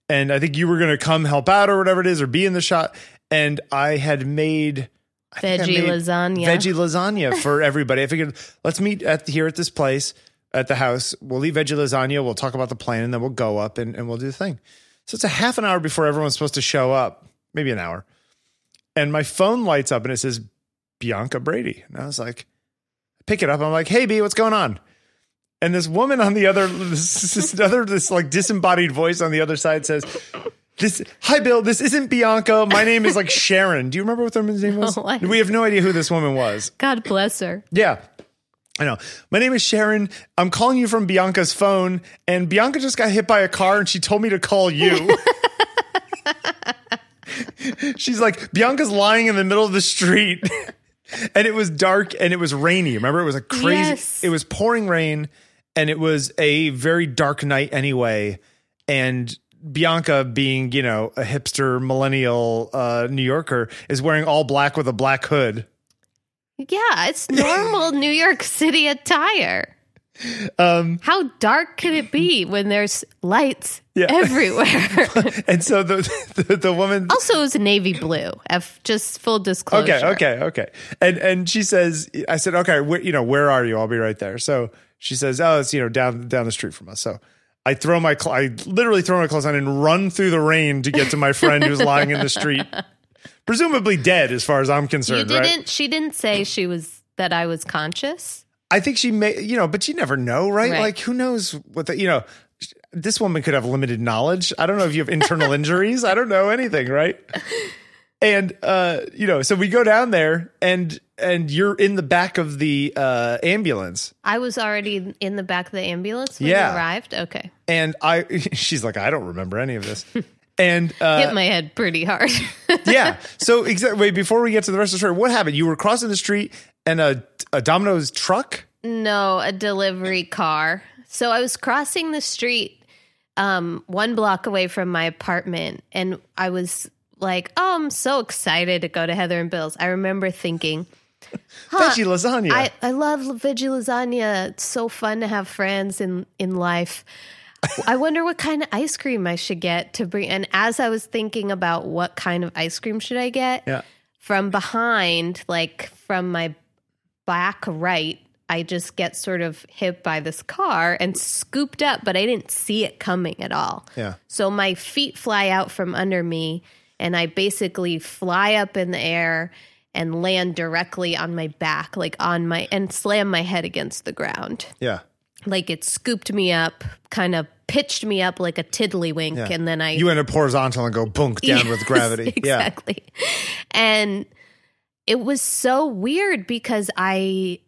and I think you were going to come help out or whatever it is, or be in the shot. And I had made I think I Veggie made lasagna. veggie lasagna for everybody. I figured let's meet at here at this place at the house. We'll eat veggie lasagna. We'll talk about the plan, and then we'll go up and, and we'll do the thing. So it's a half an hour before everyone's supposed to show up, maybe an hour. And my phone lights up and it says Bianca Brady, and I was like, pick it up. I'm like, hey B, what's going on? And this woman on the other, this, this other, this like disembodied voice on the other side says, "This, hi Bill, this isn't Bianca. My name is like Sharon. Do you remember what the woman's name was? No, I- we have no idea who this woman was. God bless her. Yeah." I know. My name is Sharon. I'm calling you from Bianca's phone, and Bianca just got hit by a car, and she told me to call you. She's like, Bianca's lying in the middle of the street. and it was dark and it was rainy. Remember, it was like crazy. Yes. It was pouring rain and it was a very dark night anyway. And Bianca, being, you know, a hipster millennial uh, New Yorker, is wearing all black with a black hood. Yeah, it's normal New York City attire. Um, How dark can it be when there's lights Yeah. everywhere? And so the, the, the woman. also, it's navy blue. F, just full disclosure. okay okay okay and and she says i said okay where, you know where are you i'll be right there so she says oh it's you know down down the street from us so I throw my cl- I literally throw my clothes on and run through the rain to get to my friend who's lying in the street, presumably dead as far as I'm You concerned. didn't. Right? She didn't say she was that I was conscious. I think she may, you know, but you never know, right? Right. Like who knows what the you know. sh- This woman could have limited knowledge. I don't know if you have internal injuries. I don't know anything, right? And uh, you know, so we go down there, and and you're in the back of the uh, ambulance, I was already in the back of the ambulance when Yeah. you arrived. Okay, and I, she's like, I don't remember any of this, and uh, hit my head pretty hard. yeah. So exactly. Wait, before we get to the rest of the story, what happened? You were crossing the street and a, a Domino's truck. no, a delivery car. So I was crossing the street um, one block away from my apartment, and I was like, "Oh, I'm so excited to go to Heather and Bill's." I remember thinking, Veggie lasagna. I, I love veggie lasagna. It's so fun to have friends in, in life. I wonder what kind of ice cream I should get to bring. And as I was thinking about what kind of ice cream should I get, yeah. from behind, like from my back right, I just get sort of hit by this car and scooped up, but I didn't see it coming at all. Yeah. So my feet fly out from under me, and I basically fly up in the air and land directly on my back, like on my, and slam my head against the ground. Yeah. Like it scooped me up, kind of pitched me up like a tiddlywink, Yeah. and then I You end up horizontal and go bunk down Yes, with gravity. Yeah. Exactly. And it was so weird because I,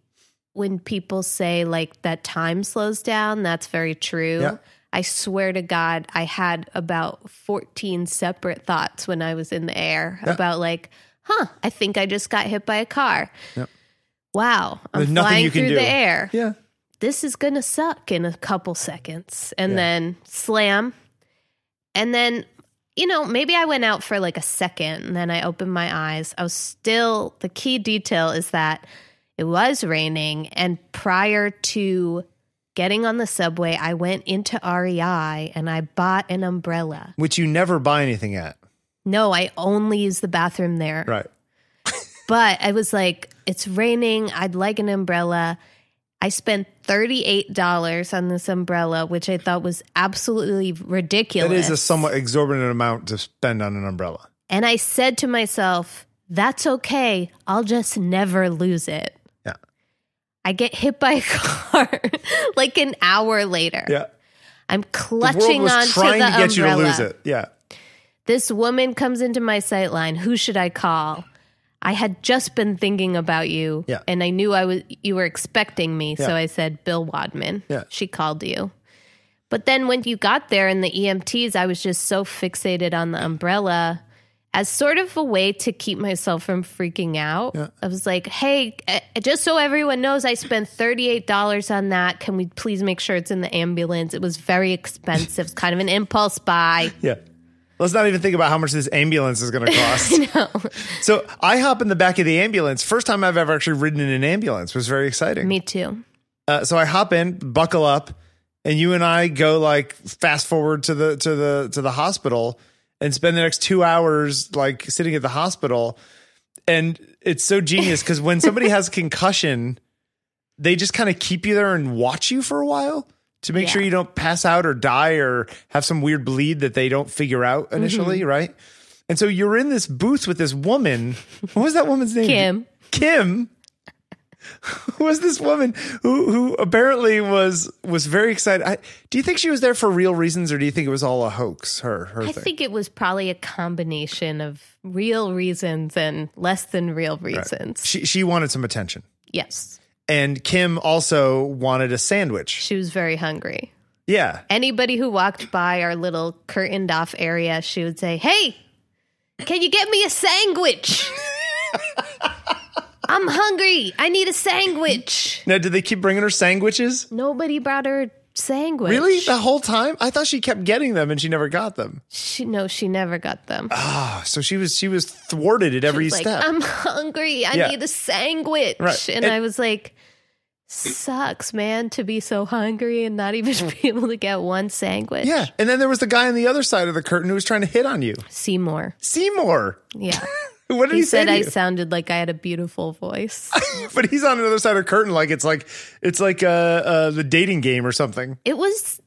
when people say like that time slows down, that's very true. Yeah. I swear to God, I had about 14 separate thoughts when I was in the air about like, huh, I think I just got hit by a car. Yep. Wow. I'm There's nothing flying you can through do. the air Yeah. this is gonna suck in a couple seconds and Yeah. then slam and then you know maybe i went out for like a second and then i opened my eyes i was still the key detail is that it was raining and prior to getting on the subway i went into rei and i bought an umbrella Which you never buy anything at. no i only use the bathroom there Right. but I was like, it's raining. I'd like an umbrella. I spent $38 on this umbrella, which I thought was absolutely That ridiculous. is a somewhat exorbitant amount to spend on an umbrella. and I said to myself, that's okay. I'll just never lose it. Yeah. I get hit by a car like an hour later. Yeah. I'm The world clutching was onto trying the to get umbrella. you to lose it. Yeah. This woman comes into my sight line. Who should I call? I had just been thinking about you, Yeah. and I knew I was you were expecting me, so Yeah. I said Bill Wadman. Yeah. She called you. But then when you got there and the EMTs, I was just so fixated on the umbrella as sort of a way to keep myself from freaking out. I was like, "Hey, uh, just so everyone knows, I spent $38 on that. Can we please make sure it's in the ambulance? It was very expensive. it's kind of an impulse buy." Yeah. Let's not even think about how much this ambulance is going to cost. So I hop in the back of the ambulance. First time I've ever actually ridden in an ambulance was very exciting. Me too. Uh, so I hop in, buckle up, and you and I go like fast forward to the to the to the hospital and spend the next two hours like sitting at the hospital. And it's so genius because when somebody has concussion, they just kind of keep you there and watch you for a while to make Yeah. sure you don't pass out or die or have some weird bleed that they don't figure out initially, Mm-hmm. right? And so you're in this booth with this woman. What was that woman's name? Kim. Kim was this woman who who apparently was was very excited. I, do you think she was there for real reasons, or do you think it was all a hoax? Her her I thing. think it was probably a combination of real reasons and less than real reasons. she she wanted some attention, Yes. and Kim also wanted a sandwich. She was very hungry. Yeah, Anybody who walked by our little curtained off area, she would say, Hey, can you get me a sandwich? I'm hungry. I need a sandwich. now did they keep bringing her sandwiches? Nobody brought her a sandwich. Really, the whole time? I thought she kept getting them, and she never got them. She, no, she never got them. Ah, so she was she was thwarted at every She's like, "Um, step. I'm hungry. I Yeah. need a sandwich. Right. And It- I was like, sucks, man, to be so hungry and not even be able to get one sandwich. yeah, and then there was the guy on the other side of the curtain who was trying to hit on you, Seymour. Seymour. Yeah. What did he he, say? said to I you? sounded like I had a beautiful voice. but he's on the other side of the curtain like it's like it's like uh, uh the dating game or something It was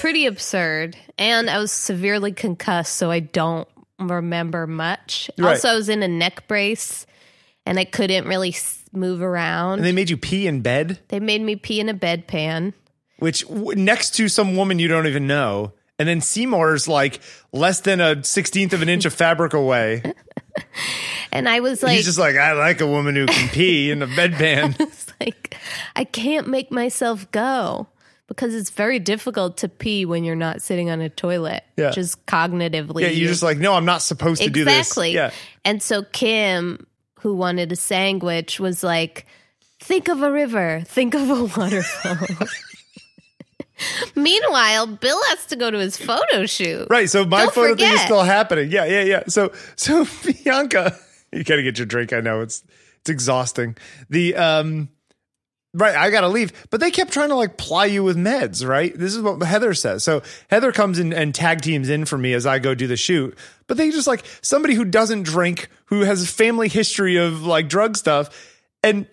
pretty absurd. And I was severely concussed, so I don't remember much. Right. Also, I was in a neck brace and I couldn't really s- move around. And They-, they made you pee in bed, made me pee in a bedpan. which w- next to some woman you don't even know. And then Seymour's like less than a sixteenth of an inch of fabric away. And I was like, He's just like, I like a woman who can pee in a bedpan. It's like I can't make myself go because it's very difficult to pee when you're not sitting on a toilet. Yeah. Just cognitively. Yeah, you're just like, no, I'm not supposed to do this. exactly. Yeah. And so Kim, who wanted a sandwich, was like, think of a river, think of a waterfall. Meanwhile, Bill has to go to his photo shoot. Right. So my Don't photo thing is forget. still happening. Yeah, yeah, yeah. So so Bianca, you gotta get your drink. I know it's it's exhausting. The um Right, I gotta leave. But they kept trying to like ply you with meds, right? This is what Heather says. So Heather comes in and tag teams in for me as I go do the shoot. But they just like somebody who doesn't drink, who has a family history of like drug stuff, and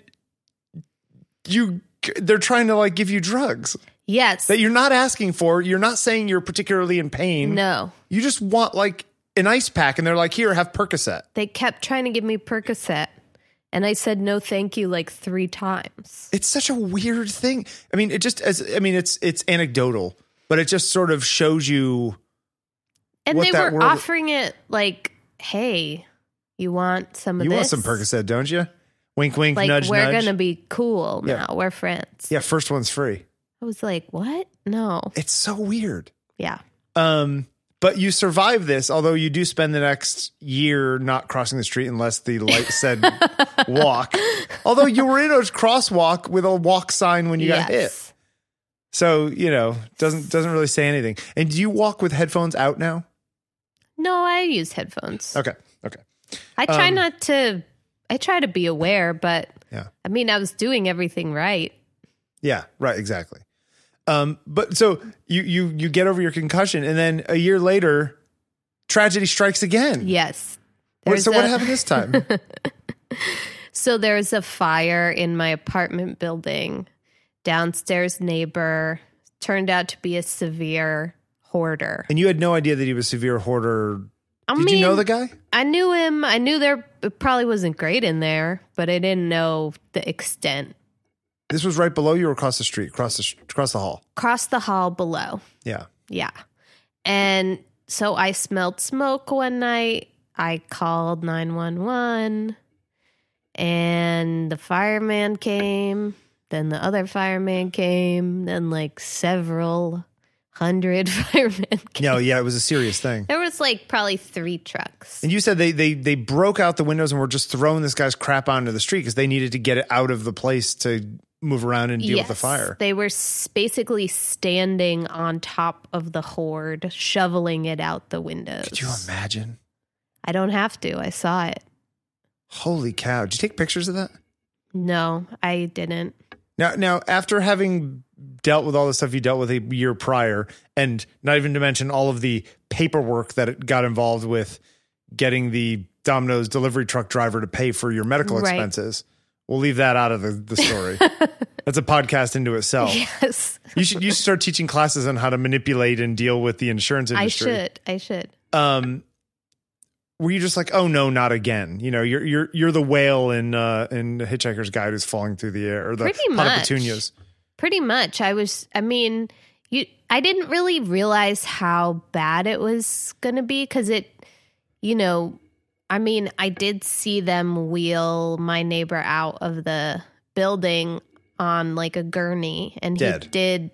you they're trying to like give you drugs Yes. that you're not asking for. You're not saying you're particularly in pain. no. You just want like an ice pack, and they're like, "Here, have Percocet." They kept trying to give me Percocet. And I said no thank you like three times. It's such a weird thing. I mean, it just as I mean, it's it's anecdotal, but it just sort of shows you. And what they that were world- offering it like, hey, you want some of You want this? some Percocet, don't you? Wink, wink, Like nudge, we're nudge. gonna be cool Yeah. now. We're friends. yeah, first one's free. I was like, what? No. It's so weird. Yeah. Um, but you survive this, although you do spend the next year not crossing the street unless the light said walk. Although you were in a crosswalk with a walk sign when you got hit. Yes. So, you know, doesn't doesn't really say anything. And do you walk with headphones out now? No, I use headphones. Okay. Okay. I try um, not to. I try to be aware, but Yeah. I mean, I was doing everything right. Yeah, right, exactly. Um, but so you you you get over your concussion and then a year later tragedy strikes again. Yes. What- so There's what a- happened this time? So there's a fire in my apartment building. Downstairs neighbor turned out to be a severe hoarder. and you had no idea that he was severe hoarder. I Did mean, you know the guy? I knew him. I knew there it probably wasn't great in there, but I didn't know the extent. This was right below you or across the street, across the sh- across the hall. Across the hall below. Yeah. Yeah. And so I smelled smoke one night. I called 911 and the fireman came. Then the other fireman came. Then, like, several hundred firemen came. No, yeah, it was a serious thing. There was like probably three trucks. And you said they they they broke out the windows and were just throwing this guy's crap onto the street because they needed to get it out of the place to move around and deal with the Yes. fire. They were s- basically standing on top of the horde, shoveling it out the windows. Could you imagine? I don't have to. I saw it. Holy cow! Did you take pictures of that? No, I didn't. Now, now after having dealt with all the stuff you dealt with a year prior, and not even to mention all of the paperwork that it got involved with getting the Domino's delivery truck driver to pay for your medical Right. expenses, we'll leave that out of the, the story. That's a podcast into itself. Yes. You should you should start teaching classes on how to manipulate and deal with the insurance industry. I should. I should. Um, were you just like, oh no, not again? You know, you're you're you're the whale in uh, in The Hitchhiker's Guide who's falling through the air, or the Pretty pot of much. petunias. Pretty much. I was I mean, you I didn't really realize how bad it was going to be cuz it you know, I mean, I did see them wheel my neighbor out of the building on like a gurney and he Dead. did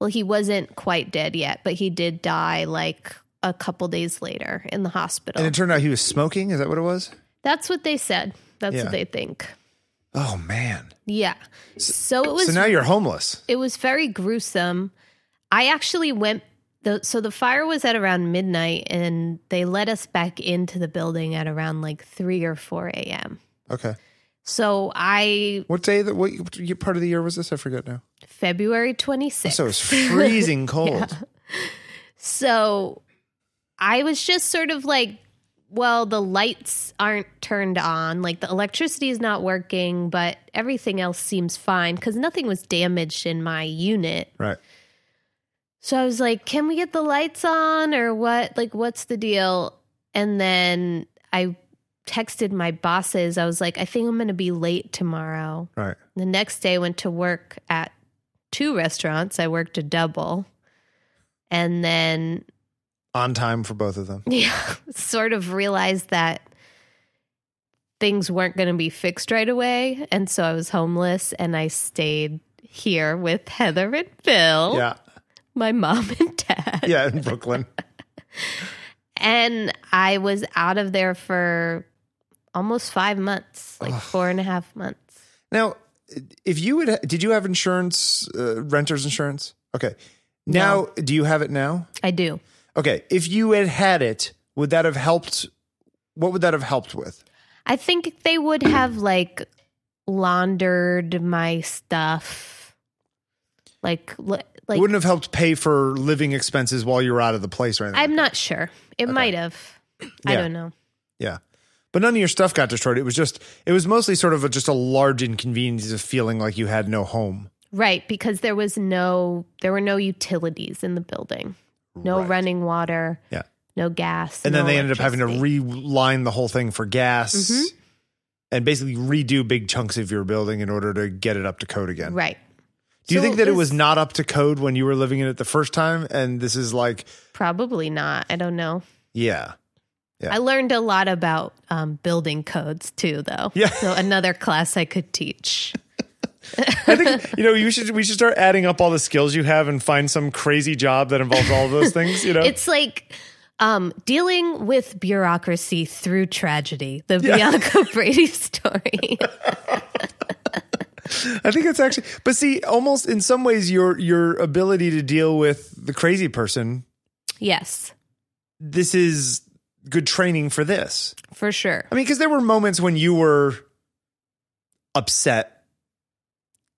well he wasn't quite dead yet, but he did die like a couple days later in the hospital. And it turned out he was smoking. Is that what it was? That's what they said. That's Yeah. what they think. Oh man! Yeah. So it was So now you're homeless. it was very gruesome. I actually went the so the fire was at around midnight and they let us back into the building at around like three or four AM. Okay. So I What day? That what y- part of the year was this? I forget now. February twenty sixth. So it was freezing cold. So I was just sort of like, well, the lights aren't turned on. Like the electricity is not working, but everything else seems fine because nothing was damaged in my unit. Right. So I was like, can we get the lights on or what? Like, what's the deal? And then I texted my bosses. I was like, I think I'm going to be late tomorrow. Right. The next day, I went to work at two restaurants. I worked a double. And then, On time for both of them. yeah, sort of realized that things weren't going to be fixed right away. And so I was homeless and I stayed here with Heather and Phil, Yeah. my mom and dad. Yeah, in Brooklyn. And I was out of there for almost five months, like Ugh. four and a half months. Now, if you would, did you have insurance, uh, renter's insurance? Okay. Now, do you have it now? I do. Okay. If you had had it, would that have helped? What would that have helped with? I think they would have like laundered my stuff. Like, li- like Wouldn't have helped pay for living expenses while you were out of the place or anything. I'm not sure. It might have. I Yeah. don't know. yeah. But none of your stuff got destroyed. It was just, it was mostly sort of a, just a large inconvenience of feeling like you had no home. Right, because there was no there were no utilities in the building. No Right. running water, Yeah. no gas. And then no they ended up having to electricity. reline the whole thing for gas Mhm. and basically redo big chunks of your building in order to get it up to code again. Right. Do you So think that it was not up to code when you were living in it the first time? And this is like, probably not. I don't know. yeah, Yeah. I learned a lot about um, building codes too, though. Yeah. So another class I could teach. I think you know you should we should start adding up all the skills you have and find some crazy job that involves all of those things. You know, It's like um, dealing with bureaucracy through tragedy. The Yeah. Bianca Brady story. I think it's actually, but see, almost in some ways, your your ability to deal with the crazy person, yes, this is good training for this. for sure. I mean, because there were moments when you were upset,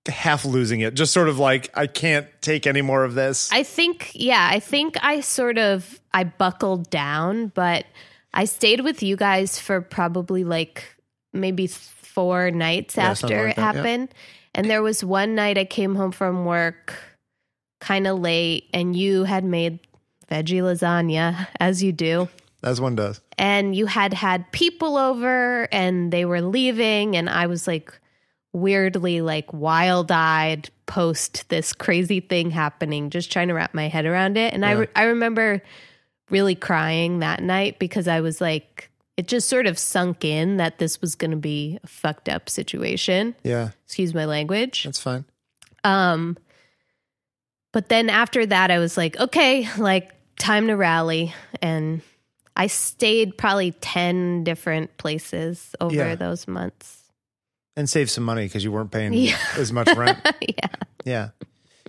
half losing it, just sort of like, I can't take any more of this. I think, yeah, I think I sort of I buckled down, but I stayed with you guys for probably like maybe four nights Yeah, something after like it that, yeah. happened. And there was one night I came home from work kind of late, and you had made veggie lasagna as you do As one does. and you had had people over and they were leaving and i was like weirdly like wild-eyed post this crazy thing happening just trying to wrap my head around it and I, Yeah. re- I remember really crying that night because i was like it just sort of sunk in that this was going to be a fucked up situation Yeah, excuse my language that's fine. um but then after that I was like, okay, like time to rally and I stayed probably 10 different places over Yeah. those months. And save some money because you weren't paying Yeah. as much rent. yeah. yeah.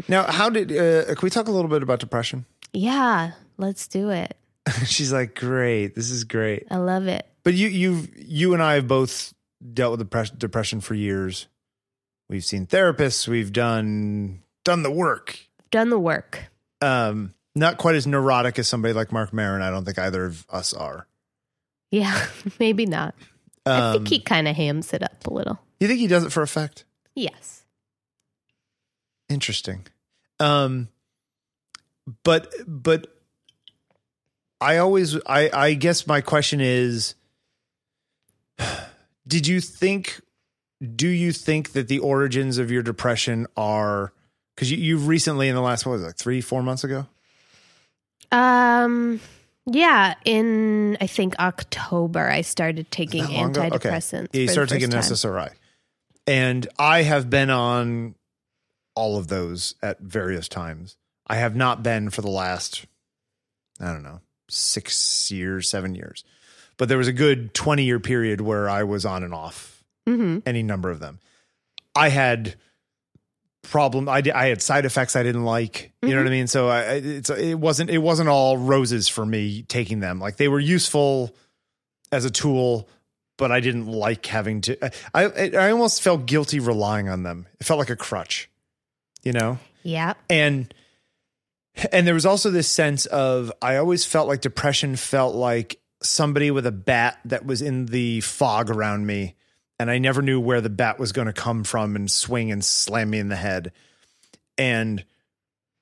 Now, how did, uh, can we talk a little bit about depression? Yeah, let's do it. She's like, great, this is great. I love it. But you, you've, you and I have both dealt with depres- depression for years. We've seen therapists. We've done done the work. Done the work. um not quite as neurotic as somebody like Mark Maron. I don't think either of us are. Yeah, maybe not. Um, I think he kind of hams it up a little. you think he does it for effect? Yes. Interesting. Um, but but I always I I guess my question is, did you think? Do you think that the origins of your depression are because you, you've recently in the last what was it, like three four months ago? Um yeah, in I think October I started taking that long ago? Okay. antidepressants. Yeah, you for the start taking an first time. SSRI. And I have been on all of those at various times. I have not been for the last, I don't know, six years, seven years. But there was a good 20 year period where I was on and off Mhm. any number of them. I had problem I, di- I had side effects I didn't like. You know what I mean? So I I- it's it wasn't it wasn't all roses for me taking them. Like they were useful as a tool, but I didn't like having to I I, I almost felt guilty relying on them. It felt like a crutch. You know? Yeah. and and there was also this sense of i always felt like depression felt like somebody with a bat that was in the fog around me and i never knew where the bat was going to come from and swing and slam me in the head and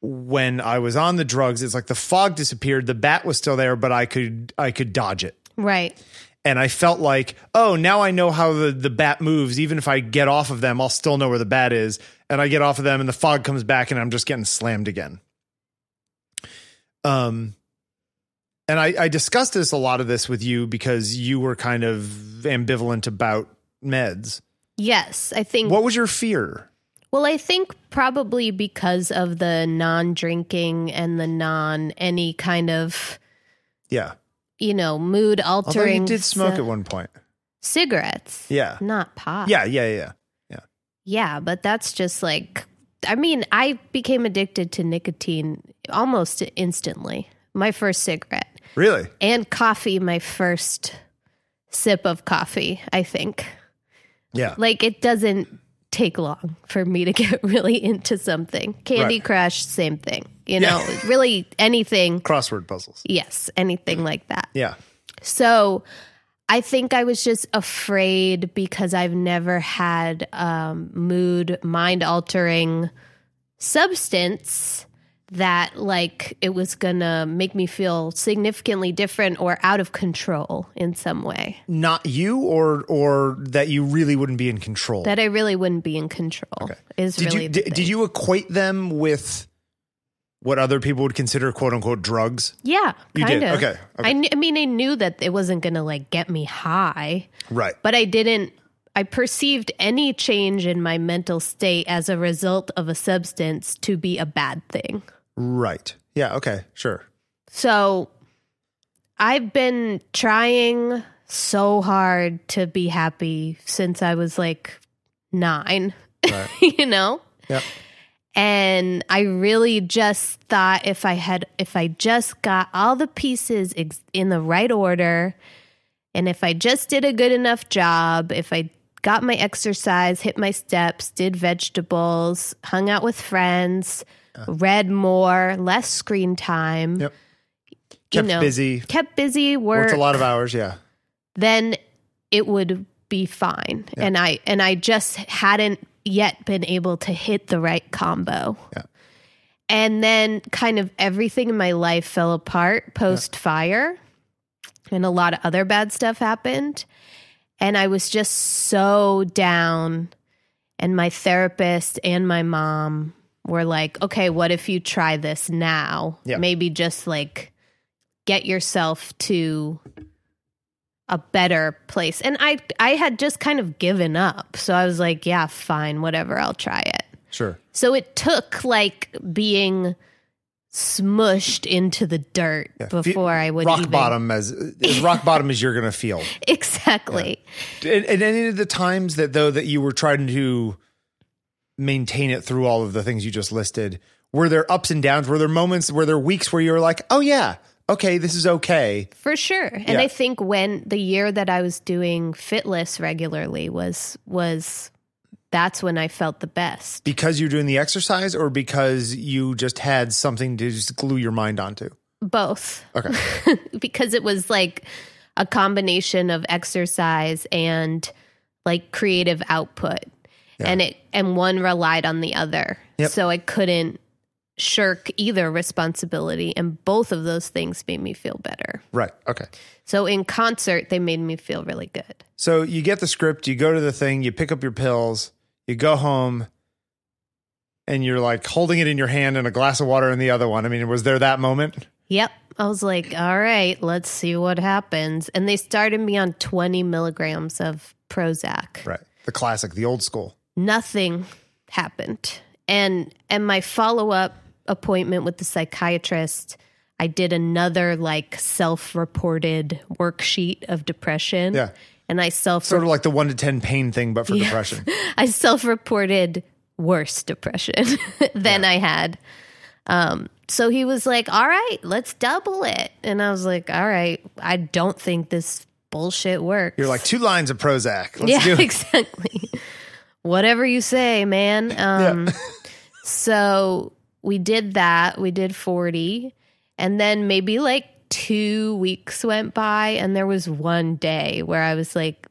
when I was on the drugs, it's like the fog disappeared, the bat was still there, but I could I could dodge it. Right. And I felt like, oh, now I know how the, the bat moves. Even if I get off of them, I'll still know where the bat is. And I get off of them and the fog comes back and I'm just getting slammed again. Um and I, I discussed this a lot of this with you because you were kind of ambivalent about meds. Yes. I think. What was your fear? Well, I think probably because of the non drinking and the non any kind of, Yeah. you know, mood Although altering. you did smoke at one point. Cigarettes. Yeah. Not pot. Yeah, yeah, yeah. Yeah, but that's just like I mean, I became addicted to nicotine almost instantly. My first cigarette Really? and coffee, my first sip of coffee, I think. Yeah. Like it doesn't take long for me to get really into something. Candy Right. Crush, same thing. You Yeah. know, really anything. Crossword puzzles. Yes, anything like that. Yeah. So I think I was just afraid because I've never had um, mood mind altering substance that like it was gonna make me feel significantly different or out of control in some way Not you or or that you really wouldn't be in control. that I really wouldn't be in control is did really you the did, thing. did you equate them with what other people would consider quote unquote drugs? yeah You kind did. of Okay, okay. I, kn- I mean I knew that it wasn't gonna like get me high Right. but I didn't. I perceived any change in my mental state as a result of a substance to be a bad thing. Right. Yeah, okay. Sure. So I've been trying so hard to be happy since I was like nine, Right. you know? Yeah. And I really just thought if I had, if I just got all the pieces ex- in the right order, and if I just did a good enough job, if I got my exercise, hit my steps, did vegetables, hung out with friends, read more, less screen time, Uh-huh. Yep. Kept know, busy. kept busy, worked, Worked a lot of hours, yeah. then it would be fine. And I and I just hadn't yet been able to hit the right combo. Yeah. And then kind of everything in my life fell apart post fire and a lot of other bad stuff happened. And I was just so down and my therapist and my mom were like, "Okay, what if you try this now? Yeah. Maybe just like get yourself to a better place." And I I had just kind of given up. So I was like, "Yeah, fine, whatever. I'll try it." Sure. So it took like being smushed into the dirt Fe- before I would rock even bottom as, as rock bottom as you're gonna feel. exactly. And, and any of the times that though that you were trying to maintain it through all of the things you just listed, were there ups and downs? Were there moments? Were there weeks where you were like, "Oh yeah, okay, this is okay." For sure. And Yeah. I think when the year that I was doing fitless regularly was was that's when I felt the best. because you're doing the exercise or because you just had something to just glue your mind onto? Both. Okay. because it was like a combination of exercise and like creative output. And it and one relied on the other. Yep. So I couldn't shirk either responsibility and both of those things made me feel better. right. Okay. So in concert they made me feel really good. So you get the script, you go to the thing, you pick up your pills, you go home, and you're like holding it in your hand and a glass of water in the other one. I mean, was there that moment? Yep. I was like, all right, let's see what happens. And they started me on 20 milligrams of Prozac. Right. The classic, the old school. Nothing happened. And and my follow-up appointment with the psychiatrist, I did another like self-reported worksheet of depression. Yeah. And I self Sort of like the one to 10 pain thing, but for depression. I self-reported worse depression than I had. Um, so he was like, "All right, let's double it," and I was like, "All right, I don't think this bullshit works." You're like two lines of Prozac. Let's "Yeah, do it. exactly." Whatever you say, man. Um, so we did that. We did forty, and then maybe like two weeks went by, and there was one day where I was like,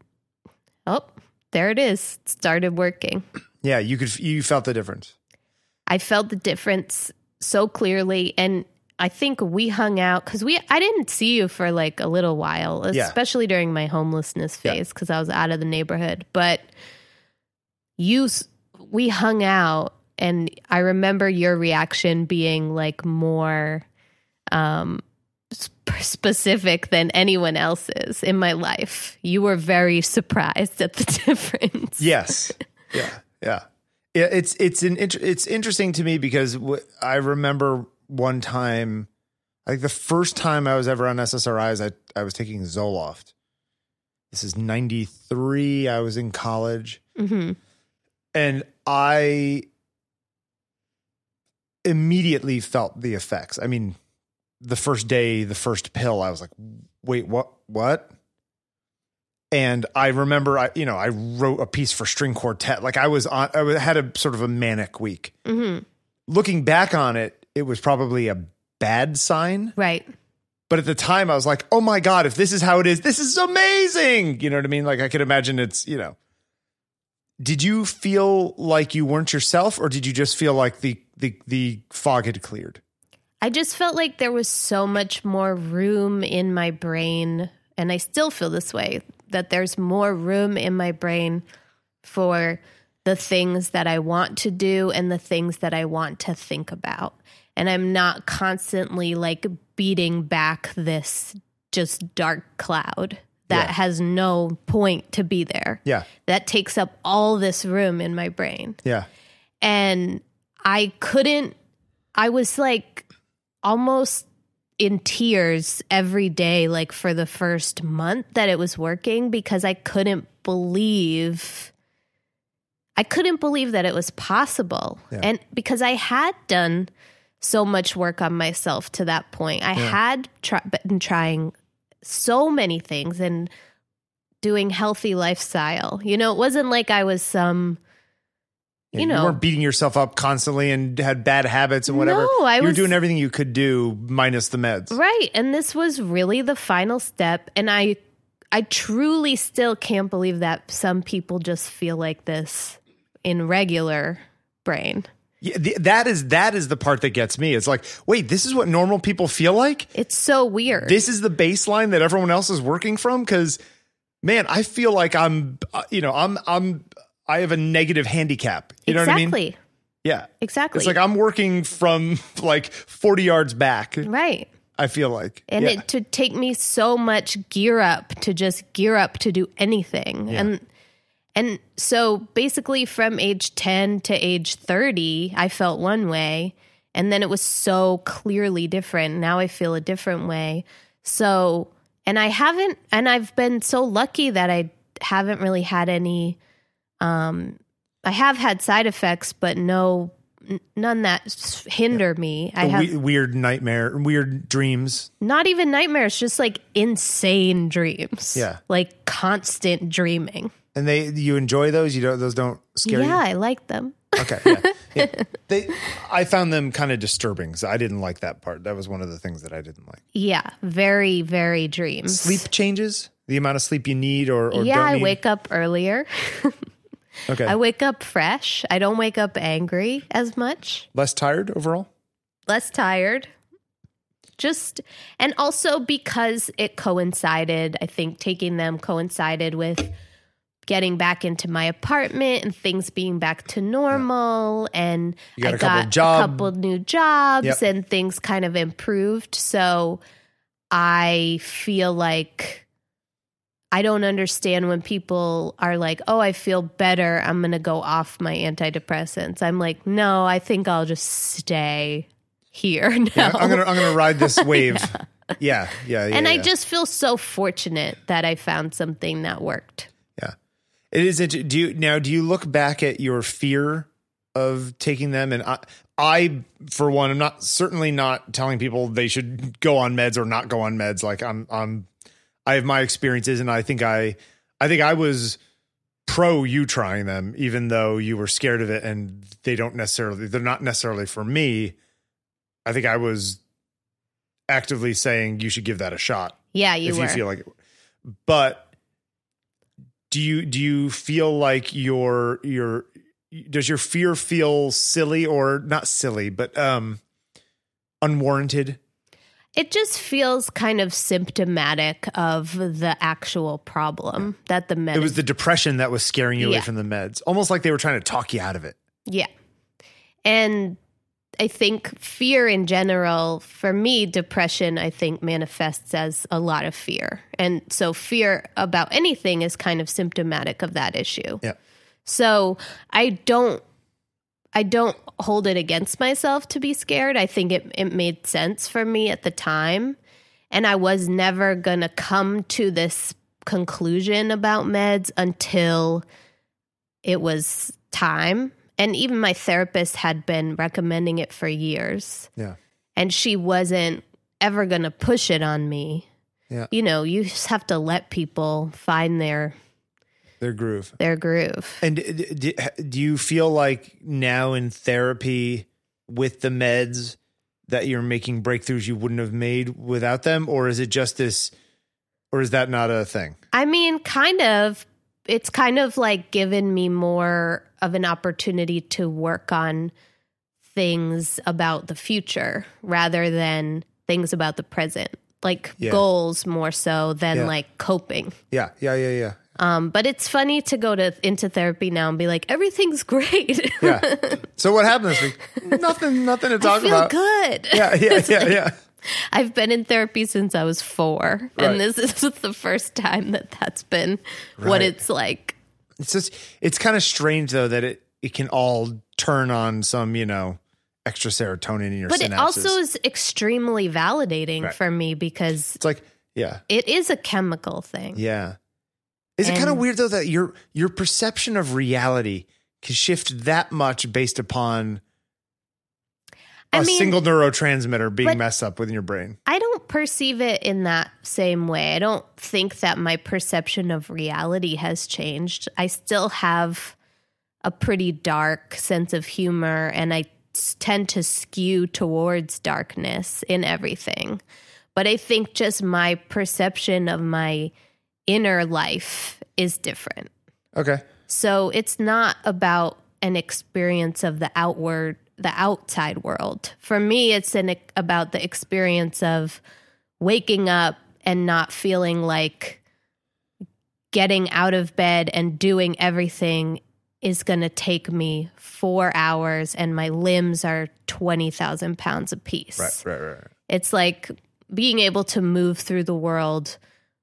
"Oh, there it is. It started working." Yeah, you could you felt the difference. I felt the difference so clearly and I think we hung out cuz we I didn't see you for like a little while, Yeah. especially during my homelessness Yeah. phase cuz I was out of the neighborhood, but you s- we hung out and I remember your reaction being like more um sp- specific than anyone else's in my life. You were very surprised at the difference. Yes. Yeah. Yeah. Yeah. It's it's an inter- it's interesting to me because w- I remember one time, I think the first time I was ever on SSRIs, I I was taking Zoloft. This is ninety three. I was in college, hmm and I immediately felt the effects. I mean, the first day, the first pill, I was like, "Wait, what? What?" And I remember, I you know, I wrote a piece for string quartet. Like I was on, I was- had a sort of a manic week. hmm Looking back on it, it was probably a bad sign. Right. But at the time, I was like, "Oh my god, if this is how it is, this is amazing." You know what I mean? Like I could imagine it's you know. Did you feel like you weren't yourself, or did you just feel like the the the fog had cleared? I just felt like there was so much more room in my brain, and I still feel this way that there's more room in my brain for the things that I want to do and the things that I want to think about. And I'm not constantly like beating back this just dark cloud that Yeah. has no point to be there. Yeah, That takes up all this room in my brain yeah, and I couldn't I was like almost in tears every day like for the first month that it was working because I couldn't believe I couldn't believe that it was possible. Yeah. And because I had done so much work on myself to that point. I Yeah. had try- been trying so many things and doing healthy lifestyle. You know, it wasn't like I was some Yeah, You know- weren't beating yourself up constantly and had bad habits and whatever. No, I you were was- doing everything you could do minus the meds. Right. And this was really the final step. And I I truly still can't believe that some people just feel like this in regular brain. Yeah, th- that is that is the part that gets me. It's like, wait, this is what normal people feel like. It's so weird. This is the baseline that everyone else is working from. Because man, I feel like I'm, uh, you know, I'm I'm I have a negative handicap. You know exactly. what I mean? Yeah, Exactly. It's like I'm working from like 40 yards back. right. I feel like, And Yeah. it to take me so much gear up to just gear up to do anything. And and so basically from age 10 to age 30, I felt one way and then it was so clearly different. Now I feel a different way. So and I haven't and I've been so lucky that I haven't really had any um I have had side effects but no n- none that s- hinder me. I The have we- weird nightmare, weird dreams. not even nightmares, just like insane dreams. Yeah. Like constant dreaming. And they, you enjoy those. You don't; those don't scare yeah, you. I like them. Okay. Yeah. Yeah. They, I found them kind of disturbing. So I didn't like that part. That was one of the things that I didn't like. Yeah, very, very dreams. Sleep changes the amount of sleep you need, or, or yeah, don't I need. wake up earlier. Okay, I wake up fresh. I don't wake up angry as much, less tired overall. less tired. Just, and also because it coincided, I think taking them coincided with getting back into my apartment and things being back to normal and You got I a couple got job- a couple new jobs Yep. and things kind of improved so I feel like I don't understand when people are like, "Oh, I feel better. I'm going to go off my antidepressants." I'm like, "No, I think I'll just stay here now." Yeah, I'm gonna, I'm gonna ride this wave. yeah. yeah, yeah, and I yeah. just feel so fortunate that I found something that worked. Yeah. It is. int- Do you now? Do you look back at your fear of taking them? And I, I, for one, I'm not certainly not telling people they should go on meds or not go on meds. Like I'm, I'm, I have my experiences, and I think I, I think I was pro you trying them, even though you were scared of it, and they don't necessarily, they're not necessarily for me. I think I was actively saying you should give that a shot Yeah, you if were. you feel like it. But do you do you feel like your your does your fear feel silly or not silly, but um unwarranted. It just feels kind of symptomatic of the actual problem that the med. It was the depression that was scaring you away Yeah. from the meds, almost like they were trying to talk you out of it. yeah, and I think fear in general for me, depression I think manifests as a lot of fear, and so fear about anything is kind of symptomatic of that issue. Yeah. So I don't I don't hold it against myself to be scared. I think it, it made sense for me at the time. And I was never gonna come to this conclusion about meds until it was time. And even my therapist had been recommending it for years. Yeah. And she wasn't ever gonna push it on me. Yeah. You know, you just have to let people find their Their groove. their groove. And d- d- do you feel like now in therapy with the meds that you're making breakthroughs you wouldn't have made without them? Or is it just this, or is that not a thing? I mean, kind of. It's kind of like given me more of an opportunity to work on things about the future rather than things about the present, like Yeah. goals more so than Yeah. like coping. Yeah. Yeah. Yeah. Yeah. Um, but it's funny to go to into therapy now and be like, everything's great. Yeah. so what happened this week? Nothing, nothing to I talk feel about. good. Yeah. Yeah. Yeah. Yeah. I've been in therapy since I was four, Right. and this is the first time that that's been what Right. it's like. It's just, it's kind of strange though that it, it can all turn on some, you know, extra serotonin in your but synapses. it also is extremely validating Right. for me because it's like, yeah. it is a chemical thing. Yeah. Is it kind of And- weird though that your your perception of reality can shift that much based upon a I mean, single neurotransmitter being but- messed up within your brain? I don't perceive it in that same way. I don't think that my perception of reality has changed. I still have a pretty dark sense of humor and I s- tend to skew towards darkness in everything. But I think just my perception of my inner life is different. Okay. So it's not about an experience of the outward, the outside world. For me, it's an, e, about the experience of waking up and not feeling like getting out of bed and doing everything is going to take me four hours and my limbs are 20,000 pounds apiece. right, right. It's like being able to move through the world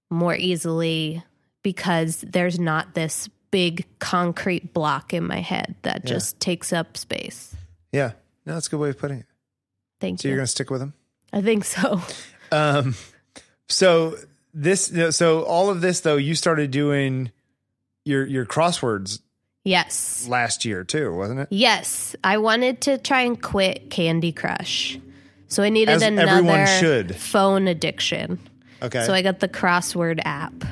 more easily because there's not this big concrete block in my head that Yeah. just takes up space. Yeah. No, that's a good way of putting it. Thank So you. you're gonna stick with them. I think so. Um. So this. So all of this though, you started doing your your crosswords Yes. last year too, wasn't it? Yes. I wanted to try and quit Candy Crush. So I needed As another everyone should. phone addiction. Okay. So I got the crossword app.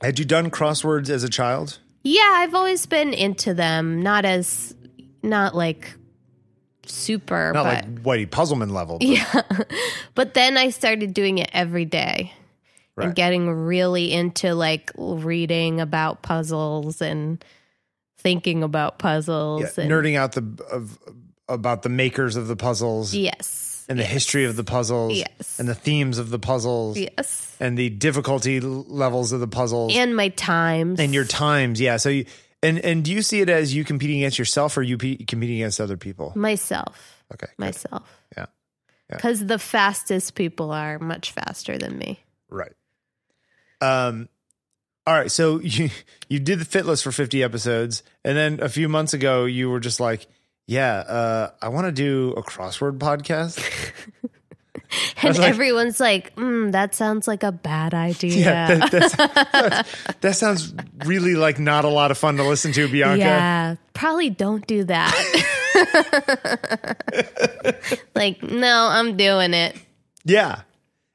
Had you done crosswords as a child? Yeah, I've always been into them, not as not like super Not but like Whitey Puzzleman level. but- Yeah. But then I started doing it every day Right. and getting really into like reading about puzzles and thinking about puzzles. Yeah, and, nerding out the of, about the makers of the puzzles Yes. and the history of the puzzles Yes. and the themes of the puzzles Yes. and the difficulty l- levels of the puzzles and, And my times. your times. Yeah. So you and and do you see it as you competing against yourself or you pe- competing against other people? Mm-hmm. myself. Okay. good. Myself. Yeah. Yeah. Because the fastest people are much faster than me. Right. Um. All right. So you you did the fit list for fifty episodes, and then a few months ago you were just like. Yeah, uh, I want to do a crossword podcast. And like- everyone's like, mm, that sounds like a bad idea. Yeah, that, that's, that's- that sounds really like not a lot of fun to listen to, Bianca. Yeah, probably don't do that. like, no, I'm doing it. Yeah.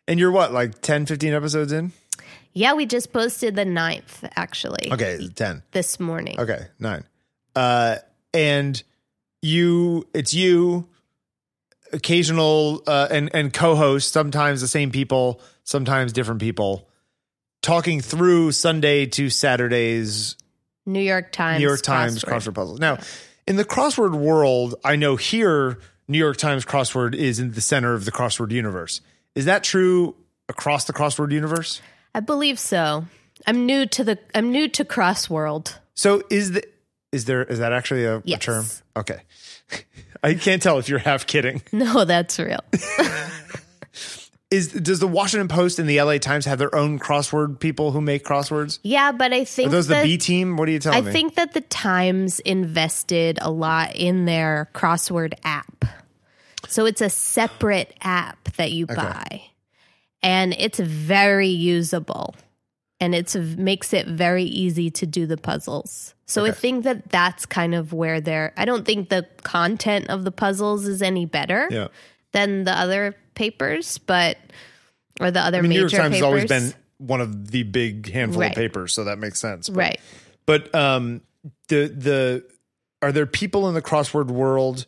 And you're what, like 10, 15 episodes in? Yeah, we just posted the ninth actually Okay, 10. this morning. Okay, nine. Uh, and you, it's you, occasional uh, and, and co host, sometimes the same people, sometimes different people, talking through Sunday to Saturday's New York Times. New York Times crossword. crossword puzzles. Now, in the crossword world, I know here New York Times crossword is in the center of the crossword universe. Is that true across the crossword universe? I believe so. I'm new to the I'm new to crossworld. So is the is there is that actually a, a Yes. term? Okay. I can't tell if you're half kidding. No, that's real. Is does the Washington Post and the LA Times have their own crossword people who make crosswords? Yeah, but I think Are those the that- B team? What are you telling I me? think that the Times invested a lot in their crossword app. So it's a separate app that you buy. And it's very usable. And it's makes it very easy to do the puzzles. So I Okay. think that that's kind of where they're I don't think the content of the puzzles is any better yeah. than the other papers, but or the other I mean, New major York Times papers. has always been one of the big handful Right. of papers, so that makes sense. But, right. but um, the the are there people in the crossword world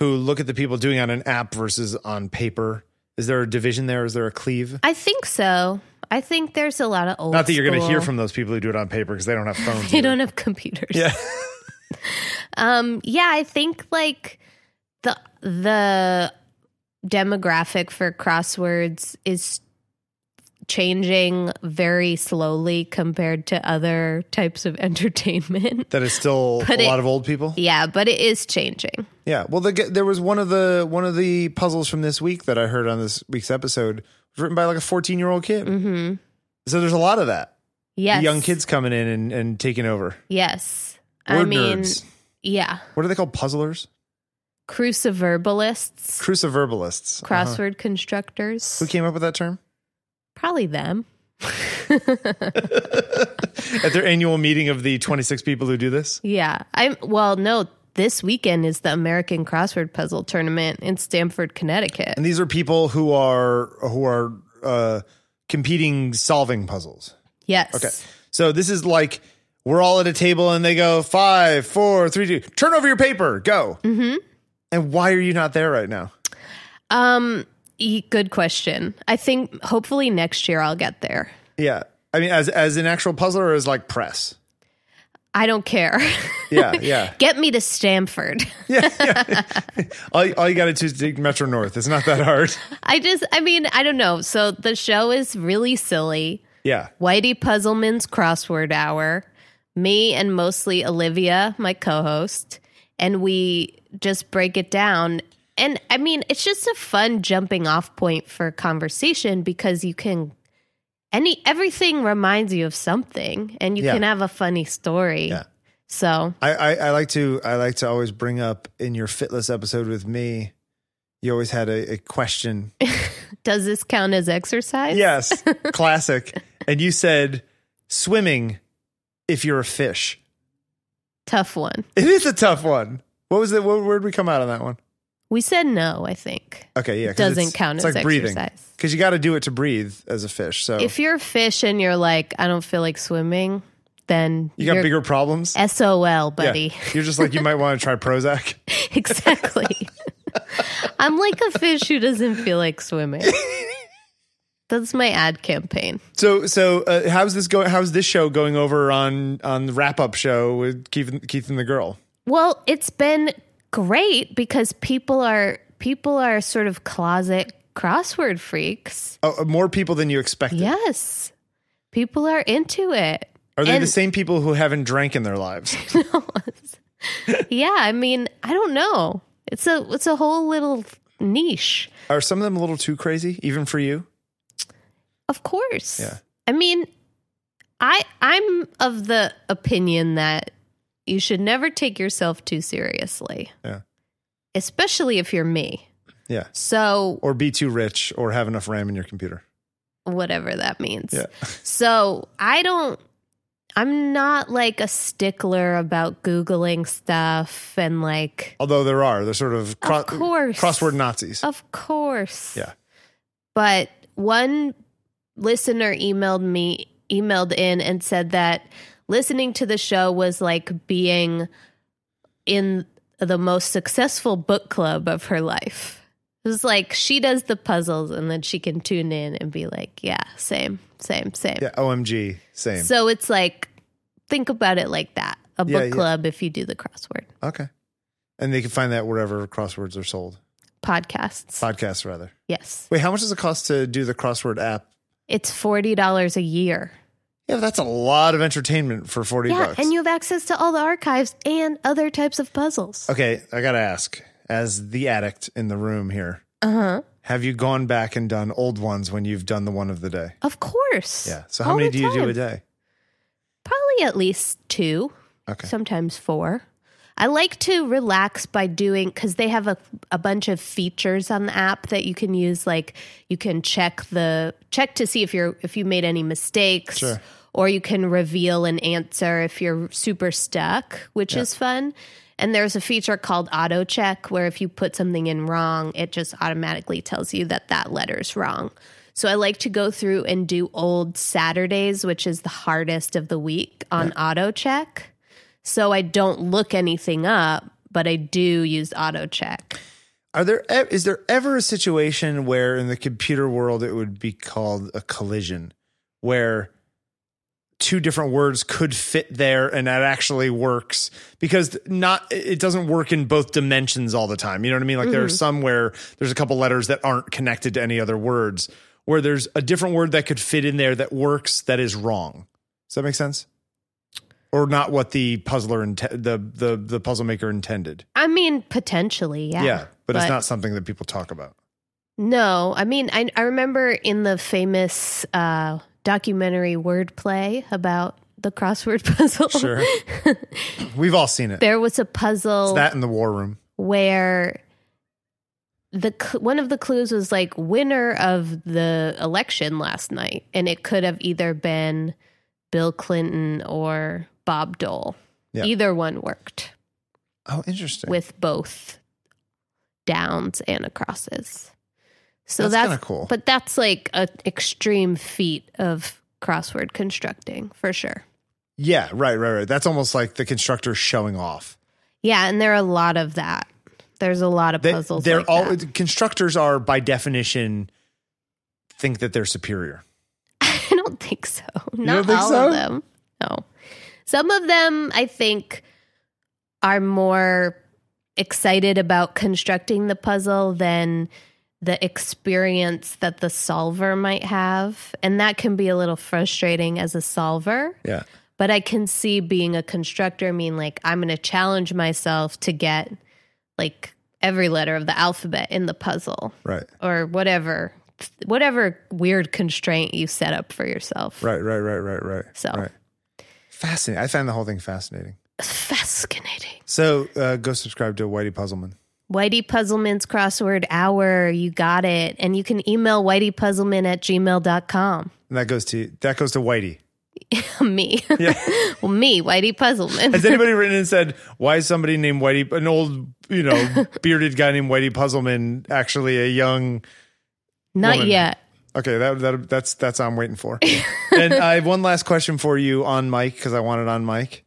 who look at the people doing it on an app versus on paper? Is there a division there? Is there a cleave? I think so. I think there's a lot of old. Not that you're going to hear school- from those people who do it on paper because they don't have phones. They either. don't have computers. Yeah. Um. Yeah, I think like the the demographic for crosswords is changing very slowly compared to other types of entertainment. that is still But a it- lot of old people. yeah, but it is changing. Yeah. Well, the, there was one of the one of the puzzles from this week that I heard on this week's episode was written by like a 14 year old kid. Mm-hmm. So there's a lot of that. Yes. The young kids coming in and, and taking over. Yes. Word I mean, nerds. yeah. What are they called? Puzzlers? Cruciverbalists, Cruciverbalists. Uh-huh. crossword constructors. Who came up with that term? Probably them. At their annual meeting of the 26 people who do this? Yeah. I'm well, no, this weekend is the American crossword puzzle tournament in Stamford, Connecticut. And these are people who are who are uh, competing solving puzzles. Yes. Okay. So this is like we're all at a table and they go five, four, three, two, turn over your paper, go. Mm-hmm. And why are you not there right now? Um e- good question. I think hopefully next year I'll get there. Yeah. I mean, as as an actual puzzler or as like press? I don't care. Yeah, yeah. get me to Stamford. all, you- all you got to do is take Metro North. It's not that hard. I just I mean, I don't know. So the show is really silly. Yeah. Whitey Puzzleman's Crossword Hour, me and mostly Olivia, my co host, and we just break it down. And I mean, it's just a fun jumping off point for conversation because you can. Any everything reminds you of something, and you Yeah. can have a funny story. Yeah. So I, I, I like to I like to always bring up in your fitless episode with me. You always had a, a question. does this count as exercise? Yes, classic. And you said swimming if you're a fish. Tough one. It is a tough one. What was it? What, where'd we come out on that one? We said no. I think Okay, yeah, 'cause Doesn't it's- count It's as like breathing exercise. because you got to do it to breathe as a fish. So if you're a fish and you're like, I don't feel like swimming, then you got you're bigger problems. SOL, Yeah. buddy. You're just like you might want to try Prozac. exactly. I'm like a fish who doesn't feel like swimming. That's my ad campaign. So so uh, how's this going? How's this show going over on on the wrap up show with Keith, Keith and the girl? Well, it's been great because people are people are sort of closet crossword freaks. Oh, more people than you expected. Yes. People are into it. Are they the And- same people who haven't drank in their lives? Yeah, I mean, I don't know. It's a it's a whole little niche. Are some of them a little too crazy, even for you? Of course. Yeah. I mean, I I'm of the opinion that you should never take yourself too seriously. Yeah. Especially if you're me. Yeah. So Or be too rich or have enough RAM in your computer? whatever that means. Yeah. So I don't I'm not like a stickler about Googling stuff and like Although there are, they're sort of, cro- Of course. crossword Nazis. of course. Yeah. But one listener emailed me, emailed in and said that listening to the show was like being in the most successful book club of her life. It was like she does the puzzles and then she can tune in and be like, yeah, same, same, same. Yeah. OMG. Same. So it's like, think about it like that a Yeah, book yeah. club if you do the crossword. okay. And they can find that wherever crosswords are sold. podcasts. Podcasts, rather. yes. Wait, how much does it cost to do the crossword app? It's $40 a year. Yeah, that's a lot of entertainment for 40 Yeah, bucks. and you have access to all the archives and other types of puzzles. okay, I got to ask, as the addict in the room here, Uh huh. have you gone back and done old ones when you've done the one of the day? Of course. Yeah. So how All many the do you do time. a day? Probably at least two, Okay. sometimes four. I like to relax by doing because they have a, a bunch of features on the app that you can use. Like you can check the check to see if you're if you made any mistakes, Sure. or you can reveal an answer if you're super stuck, which is fun. And there's a feature called auto check where if you put something in wrong, it just automatically tells you that that letter's wrong. So I like to go through and do old Saturdays, which is the hardest of the week on auto check. So I don't look anything up, but I do use auto check. Are there e- is there ever a situation where in the computer world it would be called a collision where two different words could fit there and that actually works because not it doesn't work in both dimensions all the time. You know what I mean? Like there are some where there's a couple letters that aren't connected to any other words where there's a different word that could fit in there that works that is wrong. Does that make sense? Or not what the puzzler inte- the the the puzzle maker intended. I mean, potentially, yeah. Yeah, but, it's not something that people talk about. No, I mean, I, I remember in the famous uh, documentary Wordplay about the crossword puzzle, Sure. We've all seen it. there was a puzzle It's that in the war room. where the cl- one of the clues was like winner of the election last night, and it could have either been Bill Clinton or Bob Dole. Yeah. Either one worked. Oh, interesting. with both downs and a crosses. So That's that's, kinda cool. But that's like an extreme feat of crossword constructing for sure. yeah, right, right, right. That's almost like the constructor showing off. Yeah, and there are a lot of that. There's a lot of They, puzzles. they're like all that. constructors are by definition think that they're superior. I don't think so. Not don't think all so? of them. No. Some of them I think are more excited about constructing the puzzle than the experience that the solver might have. And that can be a little frustrating as a solver. Yeah. But I can see being a constructor mean like I'm going to challenge myself to get like every letter of the alphabet in the puzzle Right. or whatever whatever weird constraint you set up for yourself. Right, right, right, right, right. So. right. Fascinating. I found the whole thing fascinating. Fascinating. So uh, go subscribe to Whitey Puzzleman. Whitey Puzzleman's crossword hour, you got it. And you can email whiteypuzzleman at gmail.com. And that goes to that goes to Whitey. me. well, me, Whitey Puzzleman. Has anybody written and said why is somebody named Whitey, an old you know bearded guy named Whitey Puzzleman, actually a young Not woman. yet. Okay, that, that that's that's I'm waiting for. and I have one last question for you on Mike because I want it on Mike.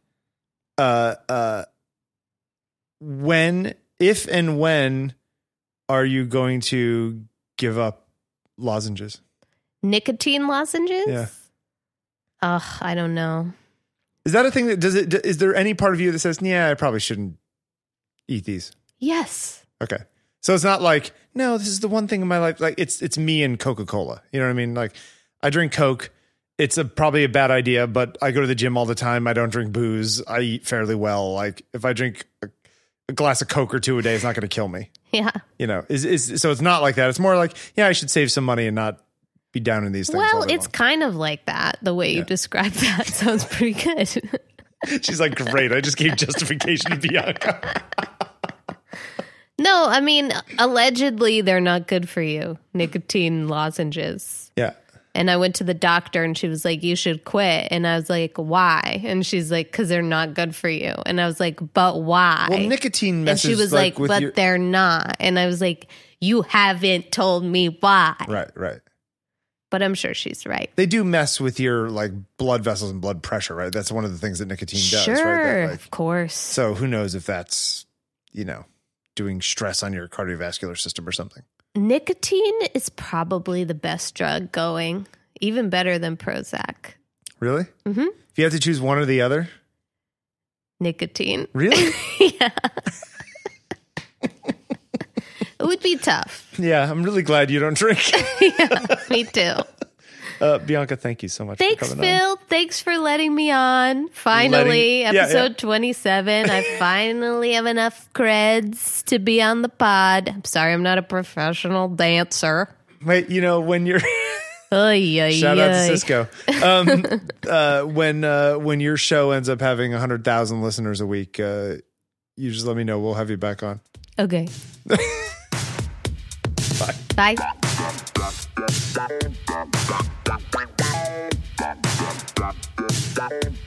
Uh, uh, when, if, and when are you going to give up lozenges? Nicotine lozenges? Yeah. Ugh, I don't know. Is that a thing that does it? Is there any part of you that says, "Yeah, I probably shouldn't eat these"? Yes. Okay, so it's not like, no, this is the one thing in my life. Like it's it's me and Coca Cola. You know what I mean? Like I drink Coke. It's a, probably a bad idea, but I go to the gym all the time. I don't drink booze. I eat fairly well. Like if I drink a, a glass of Coke or two a day, it's not going to kill me. Yeah. You know, is is so it's not like that. It's more like, yeah, I should save some money and not be down in these things. all Well, day it's kind of like that. The way you describe that sounds pretty good. long. she's like, great. I just gave justification to Bianca. no, I mean, allegedly they're not good for you, nicotine lozenges. Yeah. And I went to the doctor and she was like, You should quit. And I was like, Why? And she's like, Because they're not good for you. And I was like, But why? Well, nicotine and messes. she was like, with But your- they're not. And I was like, You haven't told me why. right, right. But I'm sure she's right. they do mess with your like blood vessels and blood pressure, right? That's one of the things that nicotine does, sure. right? That, like- of course. so who knows if that's you know doing stress on your cardiovascular system or something? Nicotine is probably the best drug going, even better than Prozac. Really? Mhm. If you have to choose one or the other, Nicotine. really? yeah. would be tough. Yeah, I'm really glad you don't drink. Me too. Uh, Bianca, thank you so much for Thanks, coming on. Phil. Thanks for letting me on. Finally, Letting- yeah, episode yeah. 27. I finally have enough creds to be on the pod. I'm sorry, I'm not a professional dancer. Wait, you know when you're Ay, shout out to ay, ay. Cisco. Um, uh, when uh, when your show ends up having hundred thousand listeners a week, uh, you just let me know. We'll have you back on. Okay. Bye. Bye. Bye.